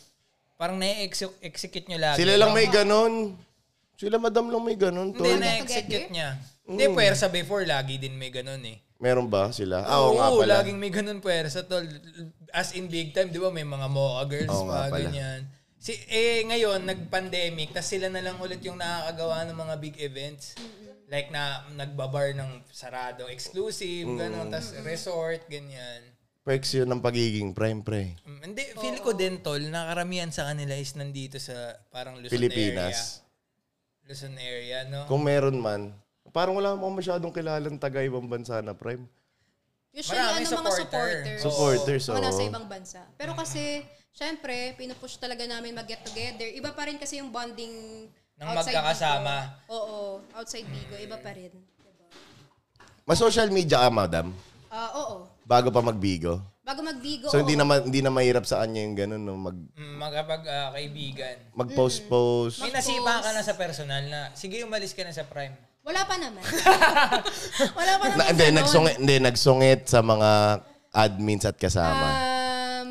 Parang na-execute niya lagi.
Sila lang may ganon. Sila madam lang may ganon,
Hindi,
tol.
na-execute niya. Hindi, puwersa before, lagi din may ganun eh.
Meron ba sila? Ah, oo nga pala.
laging may ganun puwersa, tol. As in big time, di ba, may mga MOA girls,
Oo nga
mga
pala.
ganyan. Si, eh, ngayon, nag-pandemic, tas sila na lang ulit yung nakakagawa ng mga big events. Like na nagbabar ng sarado, exclusive,
Mm.
ganun, tas resort, ganyan.
Perks yun ng pagiging prime, pre.
Mm, Hindi, feel ko din, tol, na karamihan sa kanila is nandito sa parang Luzon
Pilipinas.
area. Luzon area, no?
Kung meron man, parang wala akong masyadong kilalang taga ibang bansa na prime.
Usually,
Maraming
ano mga
supporter.
supporters.
Supporters, oo.
Mga nasa ibang bansa. Pero kasi, syempre, pinupush talaga namin mag-get together. Iba pa rin kasi yung bonding
Ng
outside
magkakasama.
Bigo. Oo, outside Bigo. Iba pa rin. Diba?
Mas social media ka, madam,
Ah, oo.
bago pa magbigo.
Bago mag-Bigo,
So, hindi
oo.
na, ma- hindi na mahirap sa kanya yung ganun, no? Mag,
Mm, magkapag ah, kaibigan.
mag-post-post.
Mm. May nasipa ka na sa personal na, sige umalis ka na sa prime.
Wala pa naman. Wala pa naman.
Na, hindi,
ganon.
nagsungit, hindi, nagsungit sa mga admins at kasama.
Um,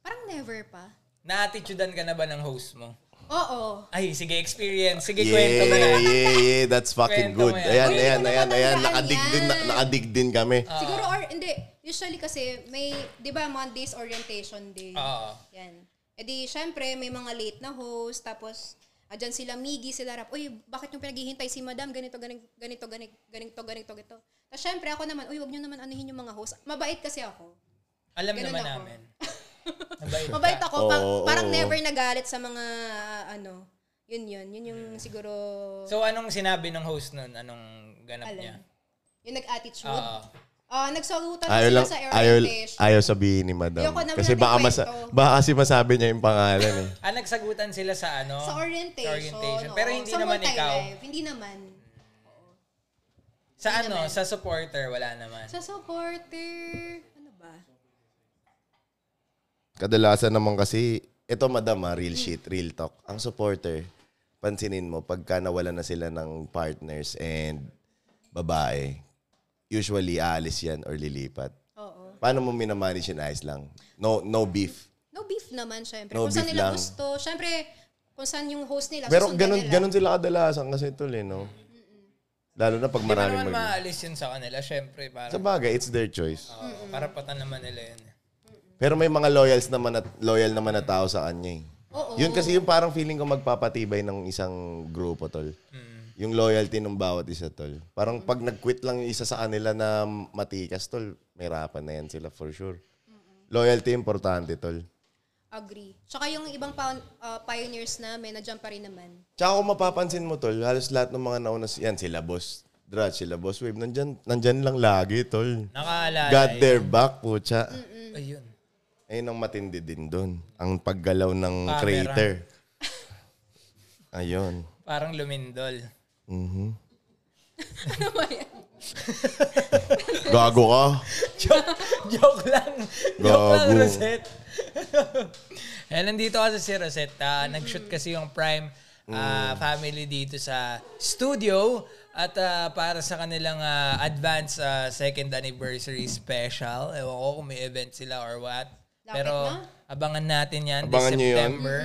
parang never pa.
Na-attitudean ka na ba ng host mo?
Oo.
Ay, sige, experience. Sige, kwento mo na.
yeah, yeah, yeah. That's fucking
Kwento
good.
mo
Ayan,
yan.
Uy,
ayan,
hindi ko
ayan, ayan.
natatandaan
Nakadig din, na-
yan.
nakadig din kami.
Siguro or hindi, usually kasi may, 'di ba, Mondays orientation day.
Oo.
Yan. E di syempre may mga late na host tapos andyan sila Miggy, sila Rap. Uy, bakit yung pinaghihintay si Madam? Ganito, ganito, ganito, ganito, ganito, ganito, ganito. Tapos syempre ako naman, uy, wag niyo naman anuhin yung mga host. Mabait kasi ako.
Alam
Ganun
naman
ako.
namin. Mabait ka.
Mabait ako. pa-
Oo,
parang
oo.
never nagalit sa mga ano. Yun yun. Yun yung siguro
So, anong sinabi ng host nun? Anong ganap
alam.
niya?
Yung nag-attitude.
Oo.
Ah, nagsalutan
Ayaw
sila
lang,
sa air
ayaw,
orientation.
ayaw sabihin ni madam.
Ayoko naman
Kasi
natin
baka, masa,
kwento.
baka kasi masabi niya yung pangalan eh.
Ah, nagsagutan sila sa ano?
Sa orientation.
Sa orientation.
oo.
Pero hindi
Sa
naman
Muay Thai
ikaw.
Live, Hindi naman.
Sa ano? Sa supporter, wala naman.
Sa supporter, ano ba?
Kadalasan naman kasi, ito madam ha, real shit, real talk. Ang supporter, pansinin mo, pagka nawala na sila ng partners and babae, usually aalis yan or lilipat.
Oo.
Paano mo minamanage yung ayos lang? No no beef.
No beef naman, syempre.
No
kung saan
beef
nila
lang.
gusto. Syempre, kung saan yung host nila,
Pero
susundan
ganun,
nila.
ganun sila kadalasan kasi tol eh, no? Lalo na pag
Hindi mo
maraming
naman
mag-
maaalis yun sa kanila. Siyempre, para,
Sa bagay, it's their choice.
para patan naman nila yun.
Pero may mga loyals naman at loyal naman na tao sa kanya eh.
Oo.
Yun kasi yung parang feeling ko magpapatibay ng isang grupo tol. Yung loyalty ng bawat isa tol. Parang pag nag-quit lang yung isa sa kanila na matikas tol, mahirapan na yan sila for sure. Loyalty importante tol.
Agree. Tsaka yung ibang pa- ah, pioneers namin, nandiyan pa rin naman.
Tsaka kung mapapansin mo, tol, halos lahat ng mga nauna, yan, sila boss. Drudge, sila boss wave. Nandyan, nandyan lang lagi, tol.
Nakaalala.
Got
eh.
their back, putya.
Ayun.
Ayun ang matindi din doon. Ang paggalaw ng
Camera.
crater. Ayun.
Parang lumindol.
Mhm.
ano ba yan?
Gago ka.
joke, joke lang. Joke
Gago.
lang, Rosette. Eh, nandito kasi si Rosette. Ah, Nag-shoot kasi yung Prime
Mm.
ah, family dito sa studio. At ah, para sa kanilang ah, advance ah, second anniversary special. Ewan ko kung may event sila or what.
Lapit
Pero
na.
abangan natin yan
Abangan nyo
this
yun.
September.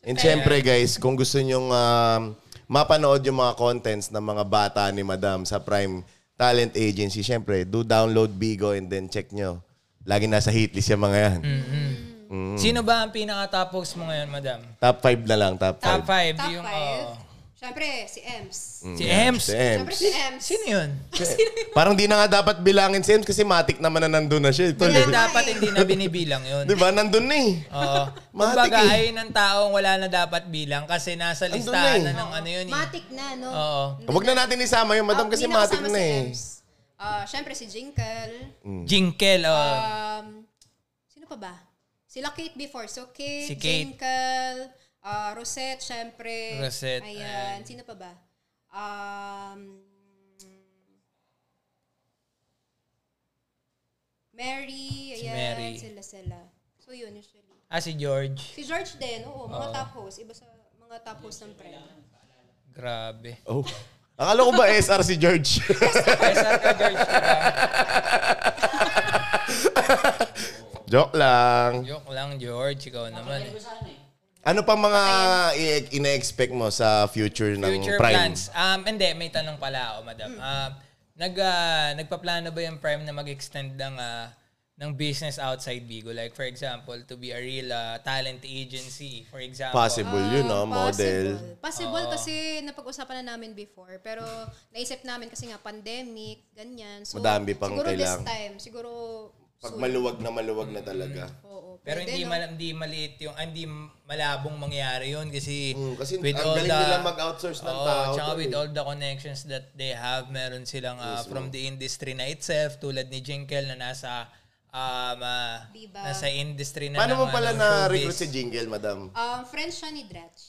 And syempre guys, kung gusto nyong um, mapanood yung mga contents ng mga bata ni Madam sa Prime Talent Agency, syempre, do download Bigo and then check nyo. Lagi nasa hitlist yung mga yan.
Mm.
Mm.
Sino ba ang pinaka-top host mo ngayon, madam?
Top 5 na lang, top 5.
Top 5.
Top
yung, ah,
5.
oo.
Syempre, si Ems.
Si
Si Ems.
Mm. Ems.
Syempre si Ems.
Sino yun?
Parang di na nga dapat bilangin si Ems kasi matik naman na nandun na siya. eh, Tol, eh.
Hindi dapat hindi na binibilang yun.
Di ba? Nandun na eh.
Oo. Kumbaga, ayun ang taong wala na dapat bilang kasi nasa listahan
na eh.
na ng ano yun. eh.
Matik na, no?
Oo.
Huwag na natin isama yung madam
Ah,
kasi
hindi na
matik
kasama
na
si
eh.
Ems. Ah, syempre si Jinkle.
Mm.
Jinkel. oo.
Um, sino pa ba? Sila Kate before. So, Kate,
Si Kate.
Jinkle, ah, Rosette, syempre.
Rosette,
Ayan. Sino pa ba? Um, Mary.
Si
Ayan.
Mary.
Sila, sila. So, yun usually.
Ah, si George.
Si George din. Oo, mga top host. Iba sa mga top host ng pre.
Grabe.
Oh. Akala ko ba SR si George?
Ay, saan ka, George? Ka ba?
Joke lang.
Joke lang, George. Ikaw naman. eh.
Ano pang mga i- ina-expect mo sa future ng
Future
Prime?
plans. Um, hindi, may tanong pala ako, madam. Um, nag, ah, nagpaplano ba yung Prime na mag-extend ng, ah, ng business outside Bigo? Like, for example, to be a real ah, talent agency, for example.
Possible yun, no?
Ah,
Model.
Possible,
Ah.
Possible kasi napag-usapan na namin before. Pero naisip namin kasi nga pandemic, ganyan. So,
Madami pang
siguro
kailangan.
this time, siguro
Pag
soon.
maluwag na maluwag na talaga.
Oo,
Pero
pwede,
hindi,
no?
mal- hindi maliit yung, ah, hindi malabong mangyari yun kasi,
Mm, kasi
with
ang
all
galing
the-
nila mag-outsource ng
Oo,
tao.
tsaka
tol,
with
eh.
all the connections that they have, meron silang ah, from the industry na itself, tulad ni Jinkel na nasa um, ah,
Diba?
nasa industry na
Paano
ng,
mo pala
ano,
na-recruit si
showbiz.
Jingle, madam?
Um, friend siya ni Dretch.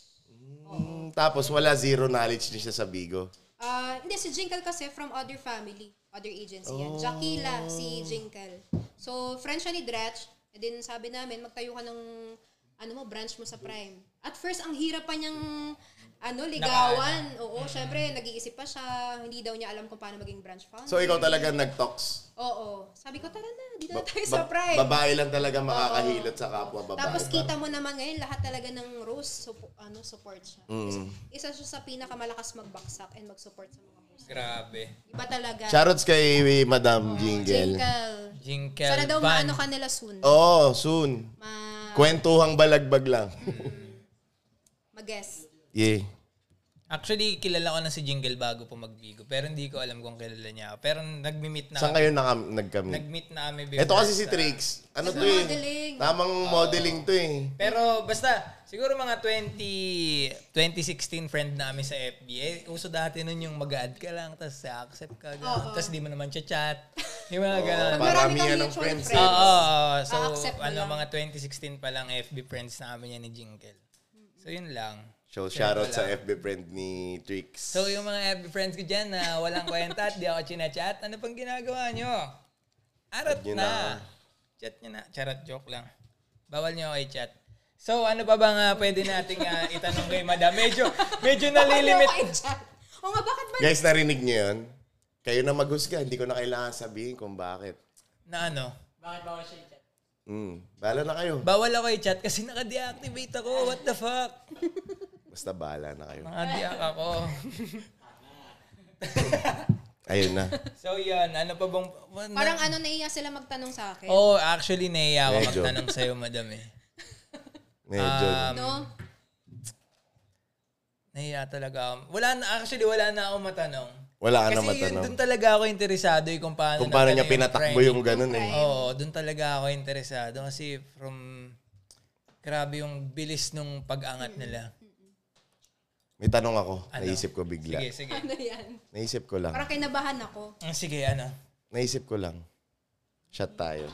Mm, Tapos wala zero knowledge niya siya sa Bigo.
Ah, hindi, si Jinkle kasi from other family, other agency yan.
Oh.
Eh, Jaquila, si Jinkle. So, friend siya ni Dretch. And then sabi namin, magtayo ka ng ano mo, branch mo sa Prime. At first, ang hirap pa niyang ano, ligawan. Oo, syempre, nag-iisip pa siya. Hindi daw niya alam kung paano maging branch founder.
So ikaw talaga nag-talks?
Oo. Sabi ko, tara na, dito na
Ba-
tayo
ba-
sa Prime.
babae lang talaga makakahilot sa kapwa babae.
Tapos kita mo naman ngayon, lahat talaga ng Rose supo- ano, support siya.
Mm. Hmm.
Isa siya sa pinakamalakas magbaksak and mag-support sa mga Rose.
Grabe.
Iba talaga.
Shoutouts kay Madam Jingle.
Jingle.
Jingle
Sana daw
Van.
maano ka nila soon.
Oo, oh, soon.
Ma-
Kwentuhang balagbag lang.
mag-guess.
yeah.
Actually, kilala ko na si Jingle bago po magbigo. Pero hindi ko alam kung kilala niya ako. Pero nag-meet na
Saan
kami.
kayo naka- nag-meet?
Nag-meet na kami before.
Ito kasi si
sa-
Trix. Ano
Sa
to eh?
modeling.
Tamang modeling to eh.
Pero basta, siguro mga 20, 2016 friend namin sa FB. Eh, uso dati nun yung mag-add ka lang, tapos accept ka,
Oo.
tapos di mo naman chat-chat. Yung mga Ah, ganun.
Parang
Pag marami
Paramihan
kang
ng
mutual
friends.
Oo,
friends.
eh.
oo, oo. So,
Ah-accept mo
ano,
lang.
mga 2016 pa lang FB friends namin yan ni Jingle. So, yun lang.
So, shoutout sa FB friend ni Trix.
So, yung mga FB friends ko dyan na walang kwenta at di ako chinachat, ano pang ginagawa nyo? Arat
Huwag nyo
na. Chat nyo na. Charot, joke lang. Bawal nyo kay chat. So, ano pa bang ah, pwede nating ah, itanong kay Madam? Medyo, medyo nalilimit.
O nga, bakit ba?
Guys, narinig niyo yun? Kayo na maghusga. Hindi ko na kailangan sabihin kung bakit.
Na ano?
Mm. Bahala na kayo.
Bawal ako i-chat kasi naka-deactivate ako. What the fuck?
Basta bahala na kayo.
Naka-deac ako.
Ayun na.
So, yun. Ano pa bang... wala-
Parang ano, naiya sila magtanong sa akin.
Oh, actually, naiya ako
Medyo.
magtanong sa'yo, Madam eh.
Medyo.
Um,
No?
Nahiya talaga ako. Wala na, actually, wala na akong matanong.
Wala ka na
Kasi yun,
Ano matanong.
doon talaga ako interesado eh, kung paano,
kung paano
nagkano
niya pinatakbo yung
crime.
ganun eh.
Oo, doon talaga ako interesado. Kasi from, grabe yung bilis nung pag-angat nila.
May tanong ako. Naisip ko bigla.
Ano? Sige, sige.
Ano yan?
Naisip ko lang.
Parang kinabahan ako.
Ah, Sige, ano?
Naisip ko lang. Shot tayo.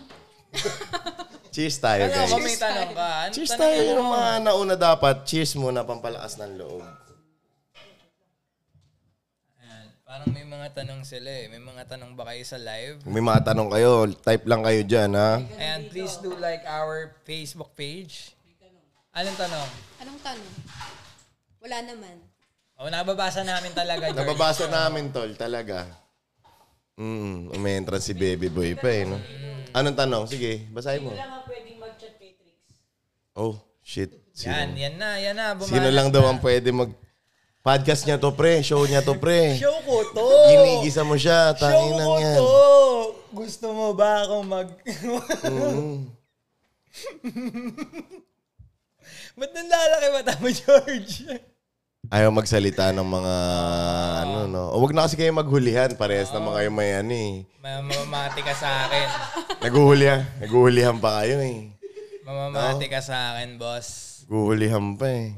Cheers tayo,
Ano,
guys.
kung may tanong ka. Ano
Cheers
tanong
tayo.
mo?
Yung mga nauna dapat, cheers muna pampalakas ng loob.
Ayan, Parang may mga tanong sila eh. May mga tanong ba kayo sa live?
Kung may mga tanong kayo, type lang kayo dyan, ha?
And please do like our Facebook page. Anong tanong?
Anong tanong? Wala naman.
Oh, nababasa namin talaga, George.
Nababasa namin, tol, talaga. Mm, umentrance si Baby Boy pa, eh, no? Anong tanong? Sige, basahin mo.
lang ang pwedeng mag-chat kay Trix.
Oh, shit. Sino,
Yan, yan na, yan na. Bumalik.
sino lang daw ang pwede mag... Podcast niya to, pre. Show niya to, pre.
Show ko to.
Ginigisa mo siya.
Show
Tangin
ko
yan.
to. Gusto mo ba ako mag... Ba't nanlalaki ba tama, George?
Ayaw magsalita ng mga ano, no? O, wag na kasi kayo maghulihan. Parehas naman kayo may ano, eh.
Mamamati ka sa akin.
Naguhulihan. Naguhulihan pa kayo, eh.
Mamamati ka sa akin, boss.
Naguhulihan pa, eh.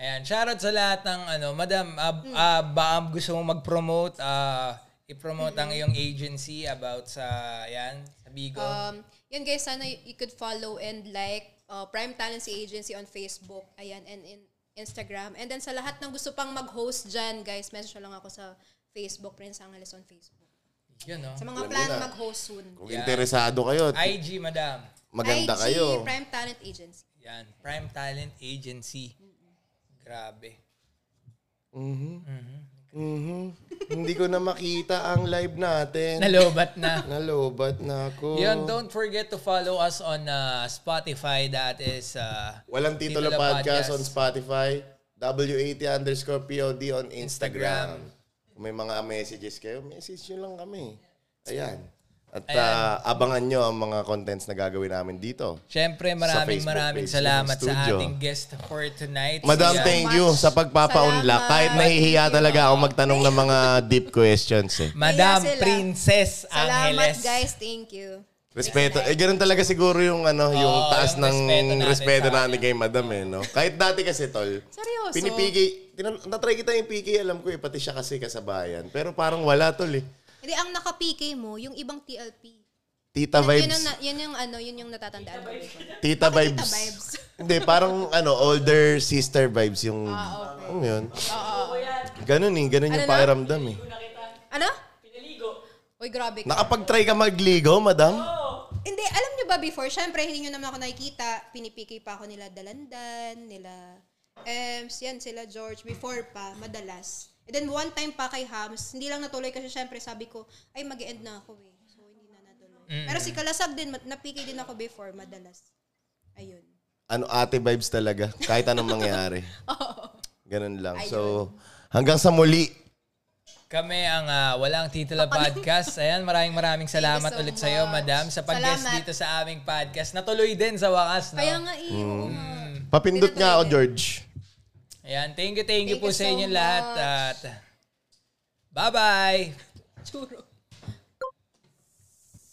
Ayan, shoutout sa lahat ng ano, madam, ah, ah, ba ang gusto mo mag-promote, ah, i-promote ang iyong agency about sa, ayan, sa Bigo.
Um, yun guys, sana y- you could follow and like uh, Prime Talency Agency on Facebook. Ayan, and in Instagram. And then sa lahat ng gusto pang mag-host dyan, guys, message nyo lang ako sa Facebook, Prince Angeles on Facebook.
Yun, no?
Sa mga plano mag-host soon.
Kung interesado kayo,
IG, madam.
maganda
IG,
kayo.
Prime Talent Agency.
Yan, Prime Talent Agency. Grabe.
Mhm. Hindi ko na makita ang live natin.
Nalobat na.
Nalobat na ako.
Yun, don't forget to follow us on uh, Spotify. That is... Uh,
Walang titulo
Titulo
podcast,
Podcast.
on Spotify. W80 underscore POD on Instagram. Kung may mga messages kayo, message nyo lang kami. Ayan. At ah, abangan nyo ang mga contents na gagawin namin dito.
Siyempre, maraming
Facebook
maraming
page,
salamat
sa
sa
studio.
ating guest for tonight. uh,
Madam,
Yan.
thank you sa pagpapaunlak.
Salamat.
Kahit nahihiya talaga ako magtanong ng mga deep questions eh.
Madam
Kaya sila.
Princess
Salamat
Angeles.
guys, thank you.
Respeto. Eh, ganun talaga siguro yung ano, yung
Oo,
taas ng
yung respeto natin
respeto
sa
natin kay madam eh, no? Kahit dati kasi, tol.
Seryoso?
Pinipigay. Tinan- natry kita yung PK, alam ko eh, pati siya kasi kasabayan. Pero parang wala, tol eh.
Hindi, ang naka-PK mo, yung ibang TLP.
Tita
Yun, ang,
vibes.
na- yun yung ano, yun yung natatandaan ko.
Tita vibes.
vibes?
Hindi, parang ano, older sister vibes yung... Ah,
okay.
yun?
Oo yan.
Ganun eh, ganun yung
Ano na?
pakiramdam eh.
Kung nakita,
Ano?
pinaligo.
Uy, grabe ka.
Nakapag-try ka magligo, madam?
Oo.
Hindi, alam nyo ba before, syempre, hindi nyo naman ako nakikita. Pinipiki pa ako nila Dalandan, nila Ems, yan, sila George. Before pa, madalas. And then one time pa kay Hams, hindi lang natuloy kasi syempre sabi ko, ay mag end na ako eh. So hindi na natuloy. Pero si Kalasag din, mat- napiki din ako before, madalas. Ayun.
ano ate vibes talaga. Kahit anong mangyari. Ganun lang. So, hanggang sa muli.
Kami ang ah, Walang Titulo Podcast. Ayan, maraming maraming salamat
Thank you so
ulit sa iyo,
much.
madam, sa pag-guest
Salamat.
dito sa aming podcast. Natuloy din sa wakas, no?
Kaya nga eh, oo nga.
Papindot nga ako, George.
Ayan, thank you, thank, you
Thank
po
you
sa
so
inyo lahat.
much.
At bye-bye!
Churro.